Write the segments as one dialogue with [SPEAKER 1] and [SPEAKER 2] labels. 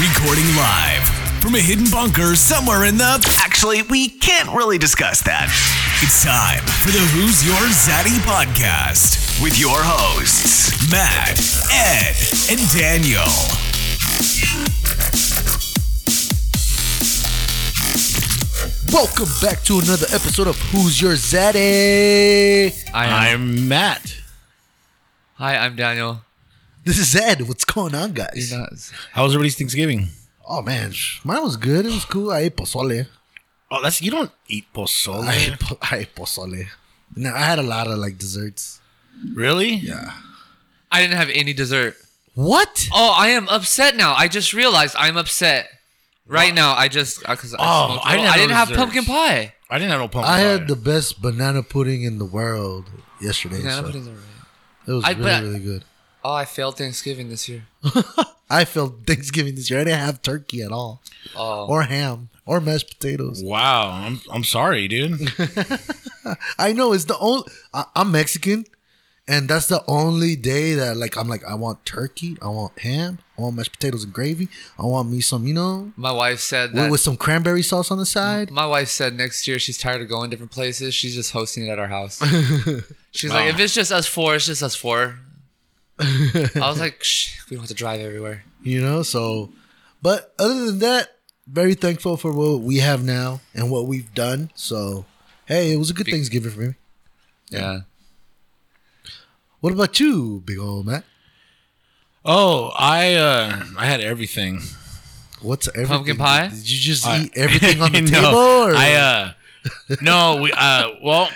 [SPEAKER 1] Recording live from a hidden bunker somewhere in the. Actually, we can't really discuss that. It's time for the Who's Your Zaddy podcast with your hosts, Matt, Ed, and Daniel.
[SPEAKER 2] Welcome back to another episode of Who's Your Zaddy?
[SPEAKER 3] I am.
[SPEAKER 2] I'm Matt.
[SPEAKER 3] Hi, I'm Daniel.
[SPEAKER 2] This is Ed. What's going on, guys?
[SPEAKER 3] You're not-
[SPEAKER 4] How was everybody's Thanksgiving?
[SPEAKER 2] Oh man, sh- mine was good. It was cool. I ate pozole.
[SPEAKER 4] Oh, that's you don't eat
[SPEAKER 2] I ate,
[SPEAKER 4] pozole,
[SPEAKER 2] po- I ate pozole. No, I had a lot of like desserts.
[SPEAKER 4] really? Yeah.
[SPEAKER 3] I didn't have any dessert.
[SPEAKER 2] What?
[SPEAKER 3] Oh, I am upset now. I just realized I'm upset. Right now, I just because I,
[SPEAKER 4] Oh,
[SPEAKER 3] smoked-
[SPEAKER 4] I didn't have
[SPEAKER 3] I didn't
[SPEAKER 4] no
[SPEAKER 3] have
[SPEAKER 4] desserts.
[SPEAKER 3] pumpkin pie.
[SPEAKER 4] I didn't have no pumpkin.
[SPEAKER 2] I had
[SPEAKER 4] pie.
[SPEAKER 2] the best banana pudding in the world yesterday.
[SPEAKER 3] Yeah, I
[SPEAKER 2] so
[SPEAKER 3] put in the-
[SPEAKER 2] it was
[SPEAKER 3] I-
[SPEAKER 2] really,
[SPEAKER 3] but I-
[SPEAKER 2] really good.
[SPEAKER 3] Oh, I failed Thanksgiving this year.
[SPEAKER 2] I felt Thanksgiving this year. I didn't have turkey at all,
[SPEAKER 3] Oh,
[SPEAKER 2] or ham, or mashed potatoes.
[SPEAKER 4] Wow, I'm I'm sorry, dude.
[SPEAKER 2] I know it's the only. I, I'm Mexican, and that's the only day that like I'm like I want turkey, I want ham, I want mashed potatoes and gravy, I want me some you know
[SPEAKER 3] my wife said
[SPEAKER 2] with,
[SPEAKER 3] that.
[SPEAKER 2] with some cranberry sauce on the side.
[SPEAKER 3] my wife said next year she's tired of going different places. She's just hosting it at our house. she's like,
[SPEAKER 4] Wow.
[SPEAKER 3] if it's just us four, it's just us four. I was like, Shh, we don't have to drive everywhere.
[SPEAKER 2] you know so but other than that very thankful for what we have now and what we've done so hey it was a good thanksgiving for me
[SPEAKER 3] Yeah.
[SPEAKER 2] what about you big old matt
[SPEAKER 4] Oh, I uh I had everything.
[SPEAKER 2] what's everything
[SPEAKER 3] Pumpkin pie?
[SPEAKER 2] did you just
[SPEAKER 4] I-
[SPEAKER 2] eat everything on the
[SPEAKER 4] No,
[SPEAKER 2] table or
[SPEAKER 4] I uh no we uh well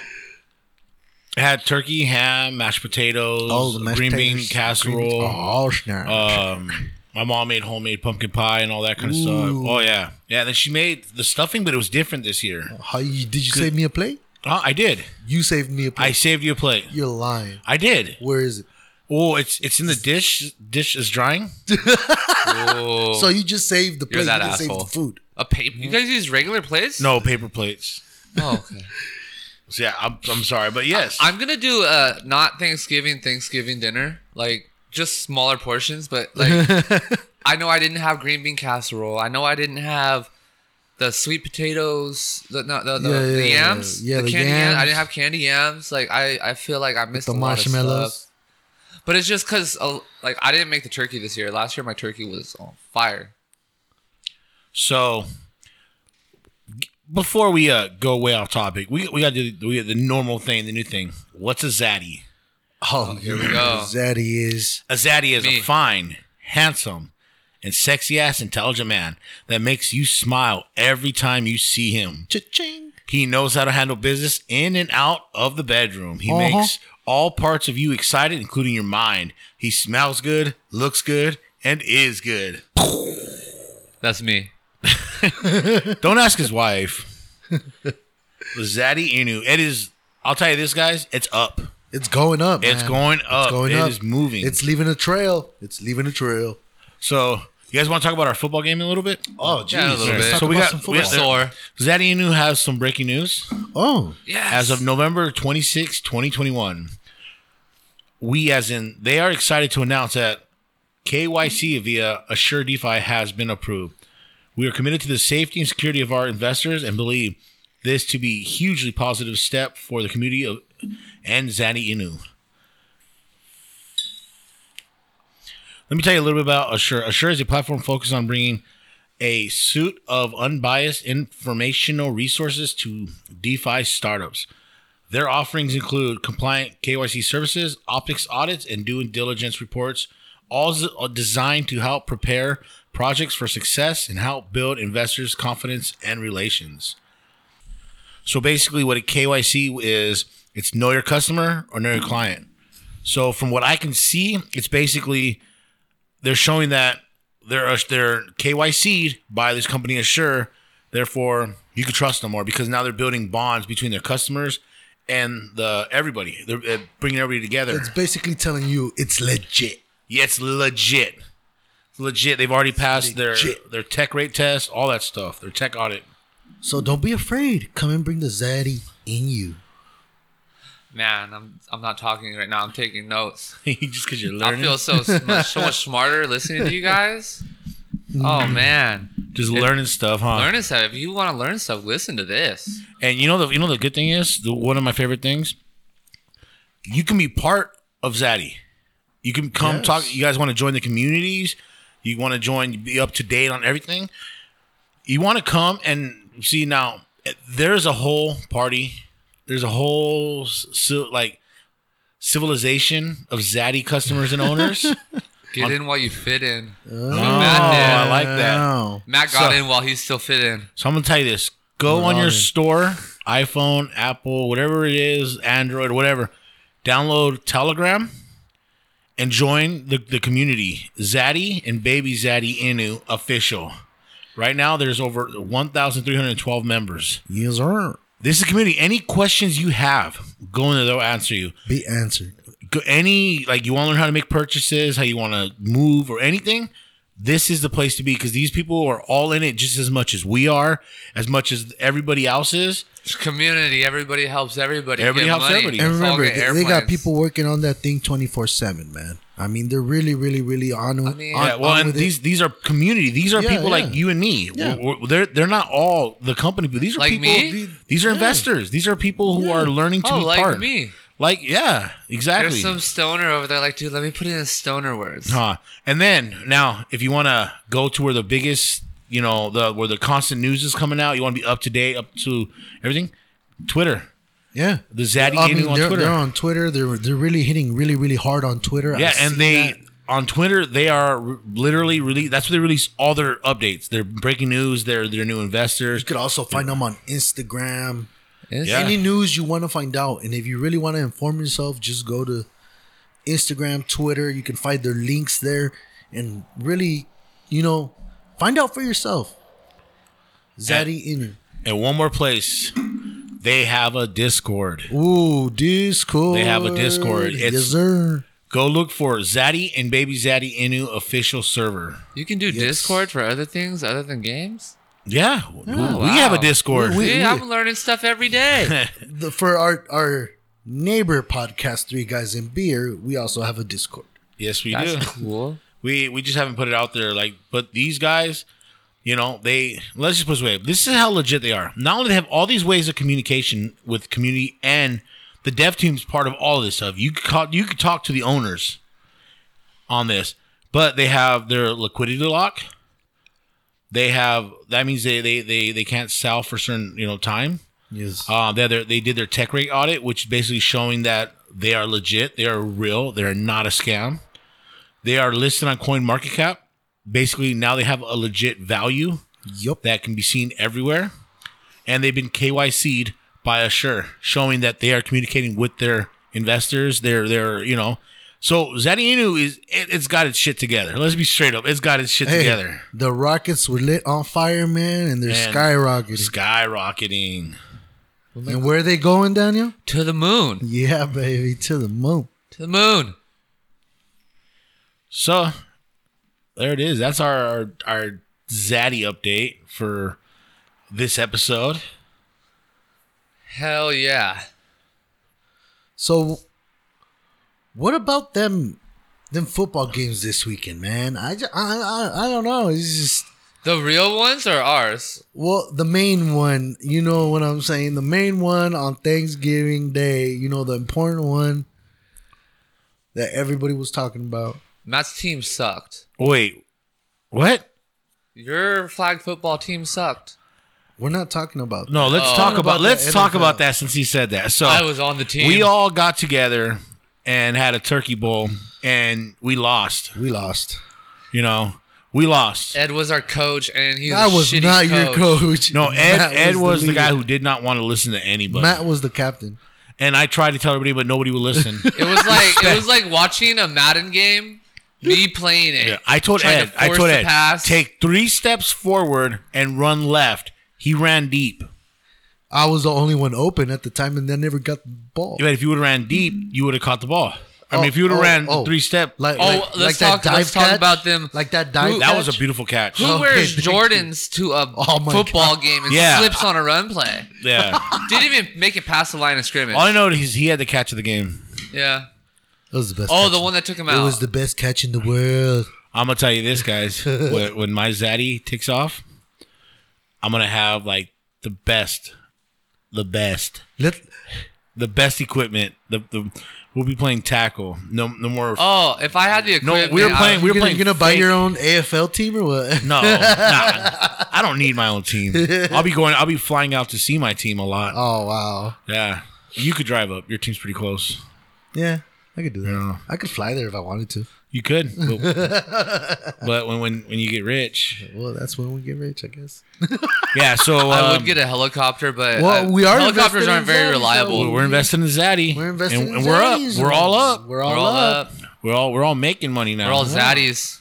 [SPEAKER 4] I had turkey, ham, mashed potatoes,
[SPEAKER 2] all Oh, the mashed
[SPEAKER 4] green bean
[SPEAKER 2] potatoes, green
[SPEAKER 4] casserole.
[SPEAKER 2] beans? oh snap
[SPEAKER 4] Um, my mom made homemade pumpkin pie and all that kind of stuff.
[SPEAKER 2] Ooh.
[SPEAKER 4] Oh yeah, yeah. Then she made the stuffing, but it was different this year.
[SPEAKER 2] How you, did you save me a plate
[SPEAKER 4] Oh, I did.
[SPEAKER 2] you saved me a
[SPEAKER 4] I
[SPEAKER 2] plate
[SPEAKER 4] saved you a plate.
[SPEAKER 2] you're lying
[SPEAKER 4] I did.
[SPEAKER 2] where is it
[SPEAKER 4] Oh, it's it's in the dish. Dish is drying.
[SPEAKER 3] Oh.
[SPEAKER 2] so you just saved the plate
[SPEAKER 3] that
[SPEAKER 2] you didn't save
[SPEAKER 3] asshole.
[SPEAKER 2] the food
[SPEAKER 3] a paper? You guys use regular plates?
[SPEAKER 4] No paper plates.
[SPEAKER 3] Oh, okay.
[SPEAKER 4] So, yeah, I'm, I'm sorry, but yes,
[SPEAKER 3] I'm gonna do uh not Thanksgiving Thanksgiving dinner like just smaller portions, but like I know I didn't have green bean casserole. I know I didn't have the sweet potatoes, the no, the, the,
[SPEAKER 2] Yeah, yeah,
[SPEAKER 3] the
[SPEAKER 2] yeah,
[SPEAKER 3] yams,
[SPEAKER 2] yeah. Yeah,
[SPEAKER 3] the,
[SPEAKER 2] the
[SPEAKER 3] candy yams. I
[SPEAKER 2] yams.
[SPEAKER 3] didn't have candy yams. Like I, I feel like I missed
[SPEAKER 2] the
[SPEAKER 3] a lot of
[SPEAKER 2] marshmallows
[SPEAKER 3] stuff. But it's just because uh, like I didn't make the turkey this year. Last year my turkey was on fire.
[SPEAKER 4] so before we uh, go way off topic, we we got to do we got the normal thing, the new thing. What's a zaddy?
[SPEAKER 2] oh here we
[SPEAKER 3] go.
[SPEAKER 2] zaddy is
[SPEAKER 4] A zaddy is
[SPEAKER 3] Me.
[SPEAKER 4] a fine, handsome, and sexy ass intelligent man that makes you smile every time you see him.
[SPEAKER 2] cha-ching
[SPEAKER 4] He knows how to handle business in and out of the bedroom. He
[SPEAKER 2] Uh-huh.
[SPEAKER 4] makes all parts of you excited, including your mind. He smells good, looks good, and is good.
[SPEAKER 3] That's me.
[SPEAKER 4] Don't ask his wife. Zaddy Inu. It is, I'll tell you this, guys, it's up.
[SPEAKER 2] It's going up.
[SPEAKER 4] It's
[SPEAKER 2] man.
[SPEAKER 4] going up.
[SPEAKER 2] going
[SPEAKER 4] It
[SPEAKER 2] up.
[SPEAKER 4] is moving.
[SPEAKER 2] It's leaving a trail. It's leaving a trail.
[SPEAKER 4] So, you guys want to talk about our football game a little bit?
[SPEAKER 2] Oh, geez.
[SPEAKER 3] Yeah, a little bit.
[SPEAKER 4] So we got- we
[SPEAKER 3] We're
[SPEAKER 4] Yeah, got-
[SPEAKER 3] sore.
[SPEAKER 4] Zaddy Inu has some breaking news.
[SPEAKER 2] oh,
[SPEAKER 3] Yes.
[SPEAKER 4] As of November 26, 2021, we, as in, they are excited to announce that KYC via Assure DeFi has been approved. We are committed to the safety and security of our investors and believe this to be a hugely positive step for the community of and Zani Inu. Let me tell you a little bit about Assure. Assure is a platform focused on bringing a suite of unbiased informational resources to DeFi startups. Their offerings include compliant KYC services, optics audits, and due diligence reports, all z- all designed to help prepare projects for success and help build investors' confidence and relations. So basically, what a KYC is, it's know your customer or know your client. So from what I can see, it's basically they're showing that they're uh, they're KYC'd by this company Assure. Therefore, you could trust them more because now they're building bonds between their customers and the everybody. They're uh, bringing everybody together.
[SPEAKER 2] it's basically telling you it's legit.
[SPEAKER 4] yeah, it's legit. It's legit. They've already passed
[SPEAKER 2] Legit.
[SPEAKER 4] their their tech rate test, all that stuff, their tech audit.
[SPEAKER 2] So don't be afraid. Come and bring the zaddy in you.
[SPEAKER 3] man, I'm I'm not talking right now. I'm taking notes.
[SPEAKER 4] just because you're
[SPEAKER 3] I
[SPEAKER 4] learning.
[SPEAKER 3] feel so s- much, so much smarter listening to you guys. Oh
[SPEAKER 4] Mm.
[SPEAKER 3] man,
[SPEAKER 4] Just learning stuff, huh?
[SPEAKER 3] learning stuff. If you want to learn stuff, listen to this.
[SPEAKER 4] And you know the you know the good thing is the, one of my favorite things. You can be part of Zaddy. You can come
[SPEAKER 2] Yes.
[SPEAKER 4] talk. You guys want to join the communities. You want to join. Be up to date on everything. You want to come and see now. eh, There's a whole party. There's a whole s- so, like civilization of Zaddy customers and owners. oh,
[SPEAKER 3] Get in while you fit in.
[SPEAKER 4] I like that.
[SPEAKER 2] Wow.
[SPEAKER 3] Matt got
[SPEAKER 4] Uh, So-
[SPEAKER 3] in while he's still fit in.
[SPEAKER 4] So I'm gonna tell you this: go on your
[SPEAKER 2] in.
[SPEAKER 4] store, iPhone, Apple, whatever it is, Android, whatever. Download Telegram and join the, the community. Zaddy and Baby Zaddy Inu official. Right now, there's over 1,312 members.
[SPEAKER 2] Yes, sir.
[SPEAKER 4] This is a community. Any questions you have, go in there; they'll answer you.
[SPEAKER 2] Be answered.
[SPEAKER 4] Go- Any like you want to learn how to make purchases, how you want to move, or anything. This is the place to be because these people are all in it just as much as we are, as much as everybody else is.
[SPEAKER 3] It's community. Everybody helps everybody.
[SPEAKER 4] Everybody
[SPEAKER 3] Get
[SPEAKER 4] helps
[SPEAKER 3] money.
[SPEAKER 4] everybody.
[SPEAKER 2] And
[SPEAKER 3] Let's all
[SPEAKER 2] remember,
[SPEAKER 3] get
[SPEAKER 2] they, they got
[SPEAKER 3] airplanes.
[SPEAKER 2] people working on that thing 24 7, man. I mean, they're really, really, really on, I
[SPEAKER 3] mean-
[SPEAKER 2] on,
[SPEAKER 4] Yeah, Uh, well,
[SPEAKER 2] on
[SPEAKER 4] and
[SPEAKER 2] with it.
[SPEAKER 4] these these are community. These are
[SPEAKER 2] Yeah,
[SPEAKER 4] people
[SPEAKER 2] yeah.
[SPEAKER 4] like you and me.
[SPEAKER 2] Yeah.
[SPEAKER 4] We're- we're- they're they're not all the company. But these are
[SPEAKER 3] Like
[SPEAKER 4] people.
[SPEAKER 3] me?
[SPEAKER 4] These, these are investors. These are people who are learning to
[SPEAKER 3] Oh,
[SPEAKER 4] be
[SPEAKER 3] like
[SPEAKER 4] part.
[SPEAKER 3] me.
[SPEAKER 4] Like yeah, exactly.
[SPEAKER 3] There's some stoner over there. Like, dude, let me put in stoner words.
[SPEAKER 4] Huh. And then now, if you want to go to where the biggest, you know, the where the constant news is coming out, you want to be up to date, up to everything. Twitter,
[SPEAKER 2] yeah.
[SPEAKER 4] the Zaddy
[SPEAKER 2] I
[SPEAKER 4] Inu
[SPEAKER 2] mean,
[SPEAKER 4] on
[SPEAKER 2] they're,
[SPEAKER 4] Twitter.
[SPEAKER 2] they're on Twitter. They're they're really hitting really really hard on Twitter. I
[SPEAKER 4] yeah, and
[SPEAKER 2] see
[SPEAKER 4] they
[SPEAKER 2] that.
[SPEAKER 4] on Twitter they are re- literally release. That's where they release all their updates. Their breaking news. Their their new investors.
[SPEAKER 2] you could also find them on Instagram.
[SPEAKER 4] Yeah.
[SPEAKER 2] Any news you want to find out, and if you really want to inform yourself, just go to Instagram, Twitter. You can find their links there, and really, you know, find out for yourself. Zaddy Inu.
[SPEAKER 4] And one more place, they have a Discord.
[SPEAKER 2] Ooh, Discord.
[SPEAKER 4] They have a Discord. It's-
[SPEAKER 2] yes, sir.
[SPEAKER 4] Go look for Zaddy and Baby Zaddy Inu official server.
[SPEAKER 3] You can do Discord for other things other than games.
[SPEAKER 4] Yeah, we have a
[SPEAKER 3] wow.
[SPEAKER 4] Discord.
[SPEAKER 2] Oh, We-
[SPEAKER 3] Dude, I'm learning stuff every day.
[SPEAKER 2] The, for our our neighbor podcast, Three Guys in Beer, we also have a Discord.
[SPEAKER 4] yes, we do.
[SPEAKER 3] That's cool.
[SPEAKER 4] We we just haven't put it out there. Like, but these guys, you know, they let's just put it this way. This is how legit they are. Not only they have all these ways of communication with community and the dev team's part of all this stuff. You could call, you could talk to the owners on this, but they have their liquidity lock. They have that means they they they, they can't sell for certain you know time.
[SPEAKER 2] Yes.
[SPEAKER 4] Uh, they, they they did their tech rate audit, which is basically showing that they are legit, they are real, they are not a scam. They are listed on CoinMarketCap. Basically, now they have a legit value
[SPEAKER 2] Yup.
[SPEAKER 4] that can be seen everywhere, and they've been KYC'd by Assure, showing that they are communicating with their investors. They're they're you know, so Zaddy Inu is it, it's got its shit together. Let's be straight up, it's got its shit
[SPEAKER 2] Hey,
[SPEAKER 4] together.
[SPEAKER 2] The rockets were lit on fire, man, and they're
[SPEAKER 4] And-
[SPEAKER 2] skyrocketing.
[SPEAKER 4] Skyrocketing.
[SPEAKER 2] and where are they going, Daniel?
[SPEAKER 3] To the moon.
[SPEAKER 2] Yeah, baby, to the moon.
[SPEAKER 3] To the moon.
[SPEAKER 4] So there it is. That's our our, our Zaddy update for this episode.
[SPEAKER 3] Hell yeah.
[SPEAKER 2] So, what about them? Them football games this weekend, man. I, ju- I, I, I don't know. It's just
[SPEAKER 3] The real ones are ours.
[SPEAKER 2] well, the main one. You know what I'm saying? The main one on Thanksgiving Day. You know the important one that everybody was talking about.
[SPEAKER 3] Matt's team sucked.
[SPEAKER 4] Wait, what?
[SPEAKER 3] Your flag football team sucked.
[SPEAKER 2] We're not talking about.
[SPEAKER 4] No, let's
[SPEAKER 3] Oh.
[SPEAKER 4] talk
[SPEAKER 2] What
[SPEAKER 4] about
[SPEAKER 2] about
[SPEAKER 4] let's
[SPEAKER 2] the
[SPEAKER 4] talk
[SPEAKER 2] NFL?
[SPEAKER 4] about that since he said that. So
[SPEAKER 3] I was on the team.
[SPEAKER 4] we all got together and had a turkey bowl and we lost.
[SPEAKER 2] We lost.
[SPEAKER 4] You know, we lost.
[SPEAKER 3] Ed was our coach, and he was,
[SPEAKER 2] That was not your coach.
[SPEAKER 4] no, Ed
[SPEAKER 2] Matt
[SPEAKER 4] Ed was the, guy
[SPEAKER 2] leader.
[SPEAKER 4] who did not want to listen to anybody.
[SPEAKER 2] Matt was the captain.
[SPEAKER 4] and I tried to tell everybody but nobody would listen.
[SPEAKER 3] It was like it was like watching a Madden game. Me playing it.
[SPEAKER 4] Yeah, I told
[SPEAKER 3] Trying
[SPEAKER 4] Ed.
[SPEAKER 3] to
[SPEAKER 4] I
[SPEAKER 3] force
[SPEAKER 4] told
[SPEAKER 3] the
[SPEAKER 4] Ed.
[SPEAKER 3] pass.
[SPEAKER 4] Take three steps forward and run left. He ran deep.
[SPEAKER 2] I was the only one open at the time, and they never got the ball.
[SPEAKER 4] But if you would have ran deep, you would have caught the ball. I
[SPEAKER 2] Oh,
[SPEAKER 4] mean, if you would have
[SPEAKER 2] oh,
[SPEAKER 4] ran
[SPEAKER 2] oh.
[SPEAKER 4] three step,
[SPEAKER 2] Like,
[SPEAKER 3] Oh,
[SPEAKER 2] like,
[SPEAKER 3] let's
[SPEAKER 2] like
[SPEAKER 3] talk-
[SPEAKER 2] that dive
[SPEAKER 3] let's talk
[SPEAKER 2] catch,
[SPEAKER 3] about them.
[SPEAKER 2] Like that dive.
[SPEAKER 3] Who-
[SPEAKER 4] that was a
[SPEAKER 2] catch.
[SPEAKER 4] beautiful catch.
[SPEAKER 3] Who
[SPEAKER 2] Okay,
[SPEAKER 3] wears
[SPEAKER 2] thank
[SPEAKER 3] Jordans to a
[SPEAKER 2] Oh my
[SPEAKER 3] football game and
[SPEAKER 4] Yeah.
[SPEAKER 3] slips on a run play?
[SPEAKER 4] yeah.
[SPEAKER 3] Didn't even make it past the line of scrimmage.
[SPEAKER 4] All I know is he had the catch of the game.
[SPEAKER 3] yeah.
[SPEAKER 2] That was the best.
[SPEAKER 3] Oh,
[SPEAKER 2] catch.
[SPEAKER 3] the one that took him
[SPEAKER 2] It
[SPEAKER 3] out.
[SPEAKER 2] was the best catch in the world.
[SPEAKER 4] I'm gonna tell you this, guys. when, when my zaddy takes off, I'm gonna have like the best, the best,
[SPEAKER 2] Let
[SPEAKER 4] the best equipment. The, the we'll be playing tackle. No, no more.
[SPEAKER 3] Oh, if I had the equipment,
[SPEAKER 4] we were
[SPEAKER 3] I-
[SPEAKER 4] playing- we
[SPEAKER 2] you're
[SPEAKER 4] were
[SPEAKER 2] gonna,
[SPEAKER 4] playing
[SPEAKER 2] you gonna buy
[SPEAKER 4] fake.
[SPEAKER 2] your own AFL team or what?
[SPEAKER 4] No, nah, I don't need my own team. I'll be going. I'll be flying out to see my team a lot.
[SPEAKER 2] Oh wow.
[SPEAKER 4] Yeah, you could drive up. Your team's pretty close.
[SPEAKER 2] Yeah, I could do that.
[SPEAKER 4] Yeah.
[SPEAKER 2] I could fly there if I wanted to.
[SPEAKER 4] You could, but, but when when when you get rich,
[SPEAKER 2] Well, that's when we get rich, I guess.
[SPEAKER 4] yeah. So
[SPEAKER 3] I
[SPEAKER 4] um,
[SPEAKER 3] would get a helicopter, but
[SPEAKER 2] Well,
[SPEAKER 3] uh,
[SPEAKER 2] we are invested
[SPEAKER 3] helicopters
[SPEAKER 2] in
[SPEAKER 3] aren't very
[SPEAKER 2] Zaddy,
[SPEAKER 3] reliable.
[SPEAKER 2] so-
[SPEAKER 4] We're investing in Zaddy.
[SPEAKER 2] We're investing
[SPEAKER 4] and,
[SPEAKER 2] in
[SPEAKER 4] and we're up.
[SPEAKER 2] Zaddies.
[SPEAKER 4] We're all up.
[SPEAKER 2] We're all,
[SPEAKER 3] we're all
[SPEAKER 2] up.
[SPEAKER 3] up.
[SPEAKER 4] We're all we're all making money now.
[SPEAKER 3] We're all zaddies.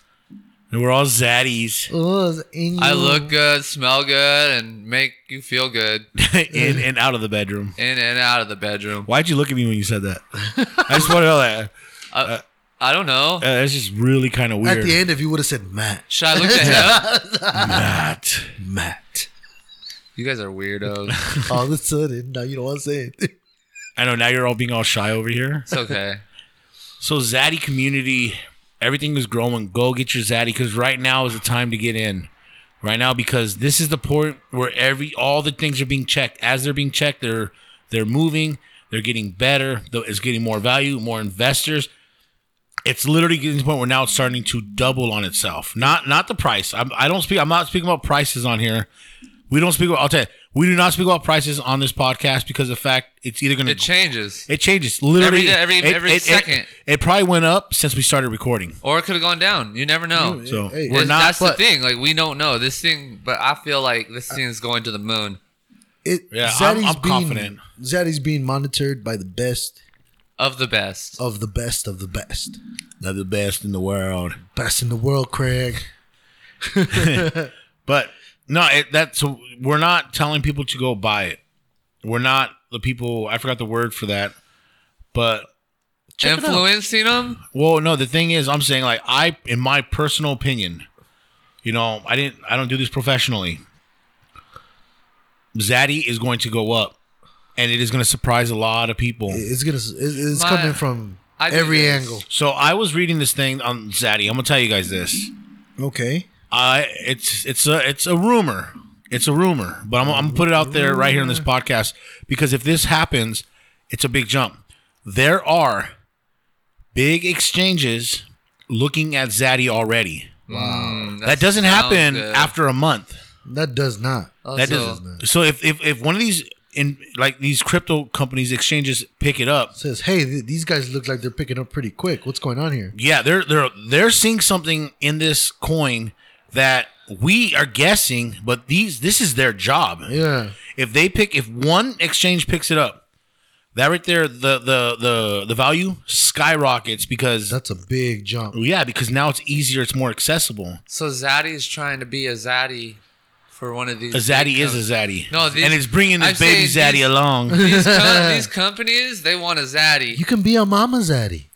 [SPEAKER 4] And we're all zaddies.
[SPEAKER 2] Oh, it's in
[SPEAKER 3] I
[SPEAKER 2] you.
[SPEAKER 4] Mm.
[SPEAKER 3] look good, smell good, and make you feel good
[SPEAKER 4] in and out of the bedroom.
[SPEAKER 3] in and out of the bedroom.
[SPEAKER 4] Why'd you look at me when you said that? I just want to know that.
[SPEAKER 3] I don't know.
[SPEAKER 4] Uh, that's just really kind of
[SPEAKER 2] At
[SPEAKER 4] weird.
[SPEAKER 2] the end, if you would have said Matt,
[SPEAKER 3] Should I look at him?
[SPEAKER 4] Matt.
[SPEAKER 2] Matt,
[SPEAKER 3] You guys are weirdos.
[SPEAKER 2] all of a sudden, now you know what I'm saying.
[SPEAKER 4] I know now you're all being all shy over here.
[SPEAKER 3] It's okay.
[SPEAKER 4] So zaddy community, everything is growing. Go get your zaddy because right now is the time to get in. Right now because this is the point where every all the things are being checked. As they're being checked, they're they're moving. They're getting better. though It's getting more value, more investors. It's literally getting to the point where now it's starting to double on itself. Not not the price. I'm, I don't speak. I'm not speaking about prices on here. We don't speak about. I'll tell you. We do not speak about prices on this podcast because of the fact it's either going to
[SPEAKER 3] It changes.
[SPEAKER 4] it changes literally
[SPEAKER 3] Every- every-
[SPEAKER 4] it-
[SPEAKER 3] every
[SPEAKER 4] it- it-
[SPEAKER 3] second.
[SPEAKER 4] It, probably went up since we started recording.
[SPEAKER 3] Or it could have gone down. You never know.
[SPEAKER 4] So
[SPEAKER 2] Hey,
[SPEAKER 4] we're
[SPEAKER 3] It's-
[SPEAKER 4] not.
[SPEAKER 3] that's
[SPEAKER 2] but-
[SPEAKER 3] the thing. Like we don't know this thing, but I feel like this thing is going to the moon.
[SPEAKER 2] It,
[SPEAKER 4] Yeah, I'm-
[SPEAKER 2] Zaddy's
[SPEAKER 4] I'm confident.
[SPEAKER 2] Zaddy's being monitored by the best
[SPEAKER 3] Of the
[SPEAKER 4] Oh,
[SPEAKER 3] best.
[SPEAKER 2] of the best of the best,
[SPEAKER 4] They're the best in the world.
[SPEAKER 2] best in the world, Craig.
[SPEAKER 4] But no, it, that's we're not telling people to go buy it. We're not the people. I forgot the word for that. But
[SPEAKER 3] Influencing them.
[SPEAKER 4] well, no. The thing is, I'm saying like I, in my personal opinion, you know, I didn't. I don't do this professionally. Zaddy is going to go up, and it is going to surprise a lot of people.
[SPEAKER 2] It's gonna. It's, it's
[SPEAKER 3] My-
[SPEAKER 2] coming from
[SPEAKER 3] I do
[SPEAKER 2] every
[SPEAKER 3] this.
[SPEAKER 2] angle.
[SPEAKER 4] So I was reading this thing on Zaddy. I'm gonna tell you guys this.
[SPEAKER 2] Okay.
[SPEAKER 4] I it's it's a it's a rumor. It's a rumor, but I'm, I'm gonna put it out there right here in this podcast because if this happens, it's a big jump. There are big exchanges looking at Zaddy already.
[SPEAKER 3] Mm,
[SPEAKER 4] Oh, That doesn't
[SPEAKER 3] sounds
[SPEAKER 4] happen
[SPEAKER 3] good.
[SPEAKER 4] after a month.
[SPEAKER 2] That does not.
[SPEAKER 4] That
[SPEAKER 3] Also,
[SPEAKER 4] doesn't. So if, if if one of these in like these crypto companies exchanges pick it up,
[SPEAKER 2] Says, hey, th- these guys look like they're picking up pretty quick. What's going on here?
[SPEAKER 4] yeah, they're they're they're seeing something in this coin that we are guessing, but these this is their job.
[SPEAKER 2] Yeah.
[SPEAKER 4] If they pick, if one exchange picks it up, that right there, the the the the value skyrockets because
[SPEAKER 2] That's a big jump.
[SPEAKER 4] yeah, because now it's easier, it's more accessible.
[SPEAKER 3] So Zaddy is trying to be a Zaddy for one of these.
[SPEAKER 4] A zaddy
[SPEAKER 3] big
[SPEAKER 4] is
[SPEAKER 3] com-
[SPEAKER 4] a zaddy,
[SPEAKER 3] No, these-
[SPEAKER 4] and it's bringing this
[SPEAKER 3] I'm
[SPEAKER 4] baby zaddy
[SPEAKER 3] saying these-
[SPEAKER 4] along.
[SPEAKER 3] These, com- these companies, they want a Zaddy.
[SPEAKER 2] You can be a mama zaddy,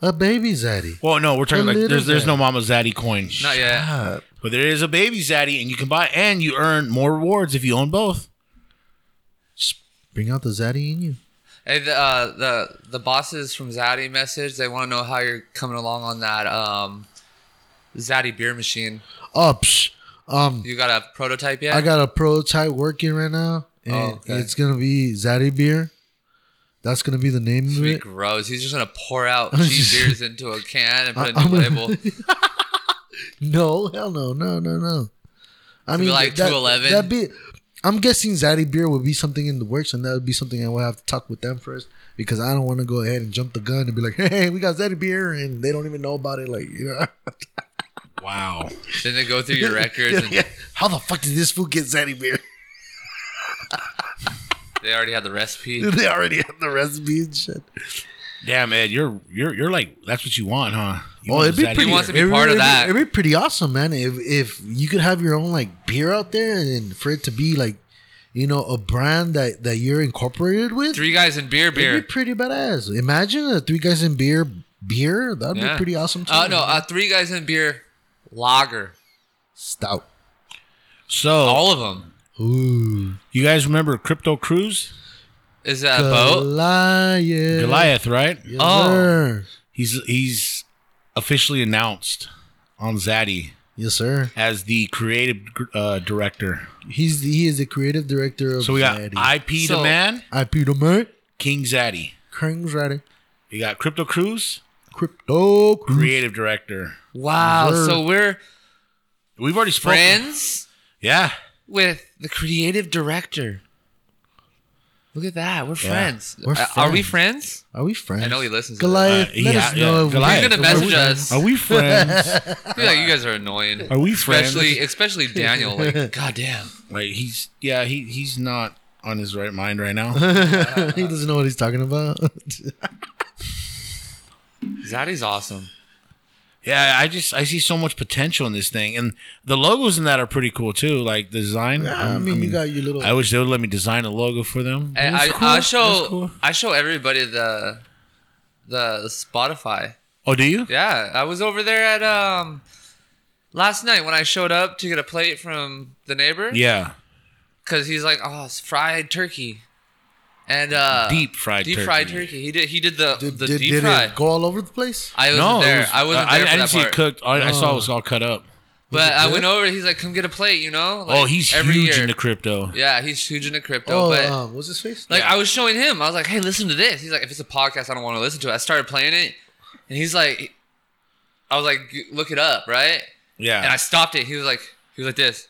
[SPEAKER 2] a baby zaddy.
[SPEAKER 4] well, no, we're talking
[SPEAKER 2] A
[SPEAKER 4] like
[SPEAKER 2] little
[SPEAKER 4] there's there's no
[SPEAKER 2] zaddy.
[SPEAKER 4] mama zaddy coin,
[SPEAKER 3] Not yet.
[SPEAKER 2] Ah,
[SPEAKER 4] but there is a baby zaddy, and you can buy and you earn more rewards if you own both.
[SPEAKER 2] bring out the zaddy in you.
[SPEAKER 3] Hey, the, uh, the the bosses from Zaddy message. They want to know how you're coming along on that um, Zaddy beer machine.
[SPEAKER 2] Ups. Oh, Um,
[SPEAKER 3] You got a prototype yet?
[SPEAKER 2] I got a prototype working right now, and
[SPEAKER 3] Oh, okay.
[SPEAKER 2] it's gonna be zaddy beer. That's gonna be the name of
[SPEAKER 3] Be
[SPEAKER 2] it.
[SPEAKER 3] gross. He's just gonna pour out cheap beers into a can and put a
[SPEAKER 2] I- I'm
[SPEAKER 3] new
[SPEAKER 2] gonna-
[SPEAKER 3] label.
[SPEAKER 2] No, hell no, no, no, no. I
[SPEAKER 3] be
[SPEAKER 2] mean,
[SPEAKER 3] like
[SPEAKER 2] that,
[SPEAKER 3] 211?
[SPEAKER 2] That'd be. I'm guessing Zaddy Beer would be something in the works, and that would be something I would have to talk with them first because I don't want to go ahead and jump the gun and be like, "Hey, we got Zaddy Beer," and they don't even know about it. Like, you know,
[SPEAKER 4] Wow.
[SPEAKER 3] then they go through your records and
[SPEAKER 2] how the fuck did this fool get Zaddy Beer?
[SPEAKER 3] they already had the recipe.
[SPEAKER 2] they already have the recipe and shit.
[SPEAKER 4] Damn, Ed, you're you're you're like that's what you want, huh? You
[SPEAKER 2] Well,
[SPEAKER 4] want
[SPEAKER 2] Oh, it'd be
[SPEAKER 4] Zaddy
[SPEAKER 2] pretty.
[SPEAKER 3] He
[SPEAKER 4] beer.
[SPEAKER 3] wants to be
[SPEAKER 2] it'd
[SPEAKER 3] part of
[SPEAKER 2] it'd
[SPEAKER 3] that.
[SPEAKER 2] It'd be pretty awesome, man. If if you could have your own like beer out there, and for it to be like, you know, a brand that that you're incorporated with,
[SPEAKER 3] Three guys in beer, beer.
[SPEAKER 2] It'd be pretty badass. Imagine the three guys in beer, beer. That'd
[SPEAKER 3] Yeah.
[SPEAKER 2] be pretty awesome. Too.
[SPEAKER 3] Uh, no, uh, three guys in beer, lager.
[SPEAKER 2] stout.
[SPEAKER 4] So
[SPEAKER 3] All of them.
[SPEAKER 2] Ooh,
[SPEAKER 4] you guys remember Crypto Cruise?
[SPEAKER 3] Is that a boat?
[SPEAKER 2] Goliath.
[SPEAKER 4] Goliath, right?
[SPEAKER 2] Yes,
[SPEAKER 3] Oh.
[SPEAKER 2] sir.
[SPEAKER 4] He's he's officially announced on Zaddy
[SPEAKER 2] Yes, sir.
[SPEAKER 4] as the creative uh, director.
[SPEAKER 2] He's the, he is the creative director of.
[SPEAKER 4] So we got
[SPEAKER 2] Zaddy.
[SPEAKER 4] IP the
[SPEAKER 3] So-
[SPEAKER 4] man,
[SPEAKER 2] IP the man.
[SPEAKER 4] King Zaddy.
[SPEAKER 2] Kring's writing.
[SPEAKER 4] You got Crypto Cruz,
[SPEAKER 2] Crypto. Cre-
[SPEAKER 4] creative director.
[SPEAKER 3] Wow.
[SPEAKER 2] Sure.
[SPEAKER 3] So we're
[SPEAKER 4] We've already spoken.
[SPEAKER 3] friends
[SPEAKER 4] Yeah.
[SPEAKER 3] with the creative director. Look at that. We're friends.
[SPEAKER 2] We're
[SPEAKER 3] Uh, Are we friends?
[SPEAKER 2] Are we friends?
[SPEAKER 3] I know he listens to
[SPEAKER 2] Goliath,
[SPEAKER 4] Uh,
[SPEAKER 2] let
[SPEAKER 4] yeah,
[SPEAKER 2] us know.
[SPEAKER 4] yeah.
[SPEAKER 2] if we-
[SPEAKER 4] Goliath.
[SPEAKER 3] He's gonna
[SPEAKER 2] if we're
[SPEAKER 3] message us.
[SPEAKER 2] friends.
[SPEAKER 4] Are we friends?
[SPEAKER 3] I feel like you guys are annoying.
[SPEAKER 4] Are we friends?
[SPEAKER 3] Especially, especially Daniel. Like, goddamn.
[SPEAKER 4] Like he's yeah, he he's not on his right mind right now.
[SPEAKER 2] he doesn't know what he's talking about.
[SPEAKER 3] Zaddy's awesome.
[SPEAKER 4] yeah, I just I see so much potential in this thing, and the logos in that are pretty cool too. Like the design.
[SPEAKER 2] I mean, you got your little.
[SPEAKER 4] I wish they would let me design a logo for them.
[SPEAKER 3] And
[SPEAKER 4] That's
[SPEAKER 3] I,
[SPEAKER 4] cool.
[SPEAKER 3] I
[SPEAKER 4] That's
[SPEAKER 3] show
[SPEAKER 4] cool.
[SPEAKER 3] I show everybody the the Spotify.
[SPEAKER 4] Oh, do you?
[SPEAKER 3] Yeah, I was over there at um last night when I showed up to get a plate from the neighbor.
[SPEAKER 4] Yeah.
[SPEAKER 3] because he's like, oh, it's fried turkey, and uh,
[SPEAKER 4] Deep fried
[SPEAKER 3] deep
[SPEAKER 4] turkey.
[SPEAKER 3] fried turkey. He did he did the
[SPEAKER 2] did
[SPEAKER 3] the
[SPEAKER 2] did,
[SPEAKER 3] deep
[SPEAKER 2] did
[SPEAKER 3] fry.
[SPEAKER 2] it go all over the place?
[SPEAKER 3] I wasn't
[SPEAKER 4] No, it
[SPEAKER 3] there.
[SPEAKER 4] was-
[SPEAKER 3] I wasn't
[SPEAKER 4] I,
[SPEAKER 3] there.
[SPEAKER 4] I
[SPEAKER 3] for
[SPEAKER 4] didn't
[SPEAKER 3] that
[SPEAKER 4] see
[SPEAKER 3] part.
[SPEAKER 4] it cooked. All I saw it
[SPEAKER 2] Oh.
[SPEAKER 4] was all cut up.
[SPEAKER 3] But I
[SPEAKER 2] good?
[SPEAKER 3] went over. He's like, come get a plate, you know. Like,
[SPEAKER 4] oh, he's
[SPEAKER 3] every
[SPEAKER 4] huge
[SPEAKER 3] year.
[SPEAKER 4] into crypto.
[SPEAKER 3] yeah, he's huge into crypto.
[SPEAKER 2] Oh,
[SPEAKER 3] but
[SPEAKER 2] um, what's his face?
[SPEAKER 3] like I was showing him, I was like, hey, listen to this. He's like, if it's a podcast, I don't want to listen to it. I started playing it, and he's like, I was like, look it up, right?
[SPEAKER 4] Yeah.
[SPEAKER 3] And I stopped it. He was like, he was like this.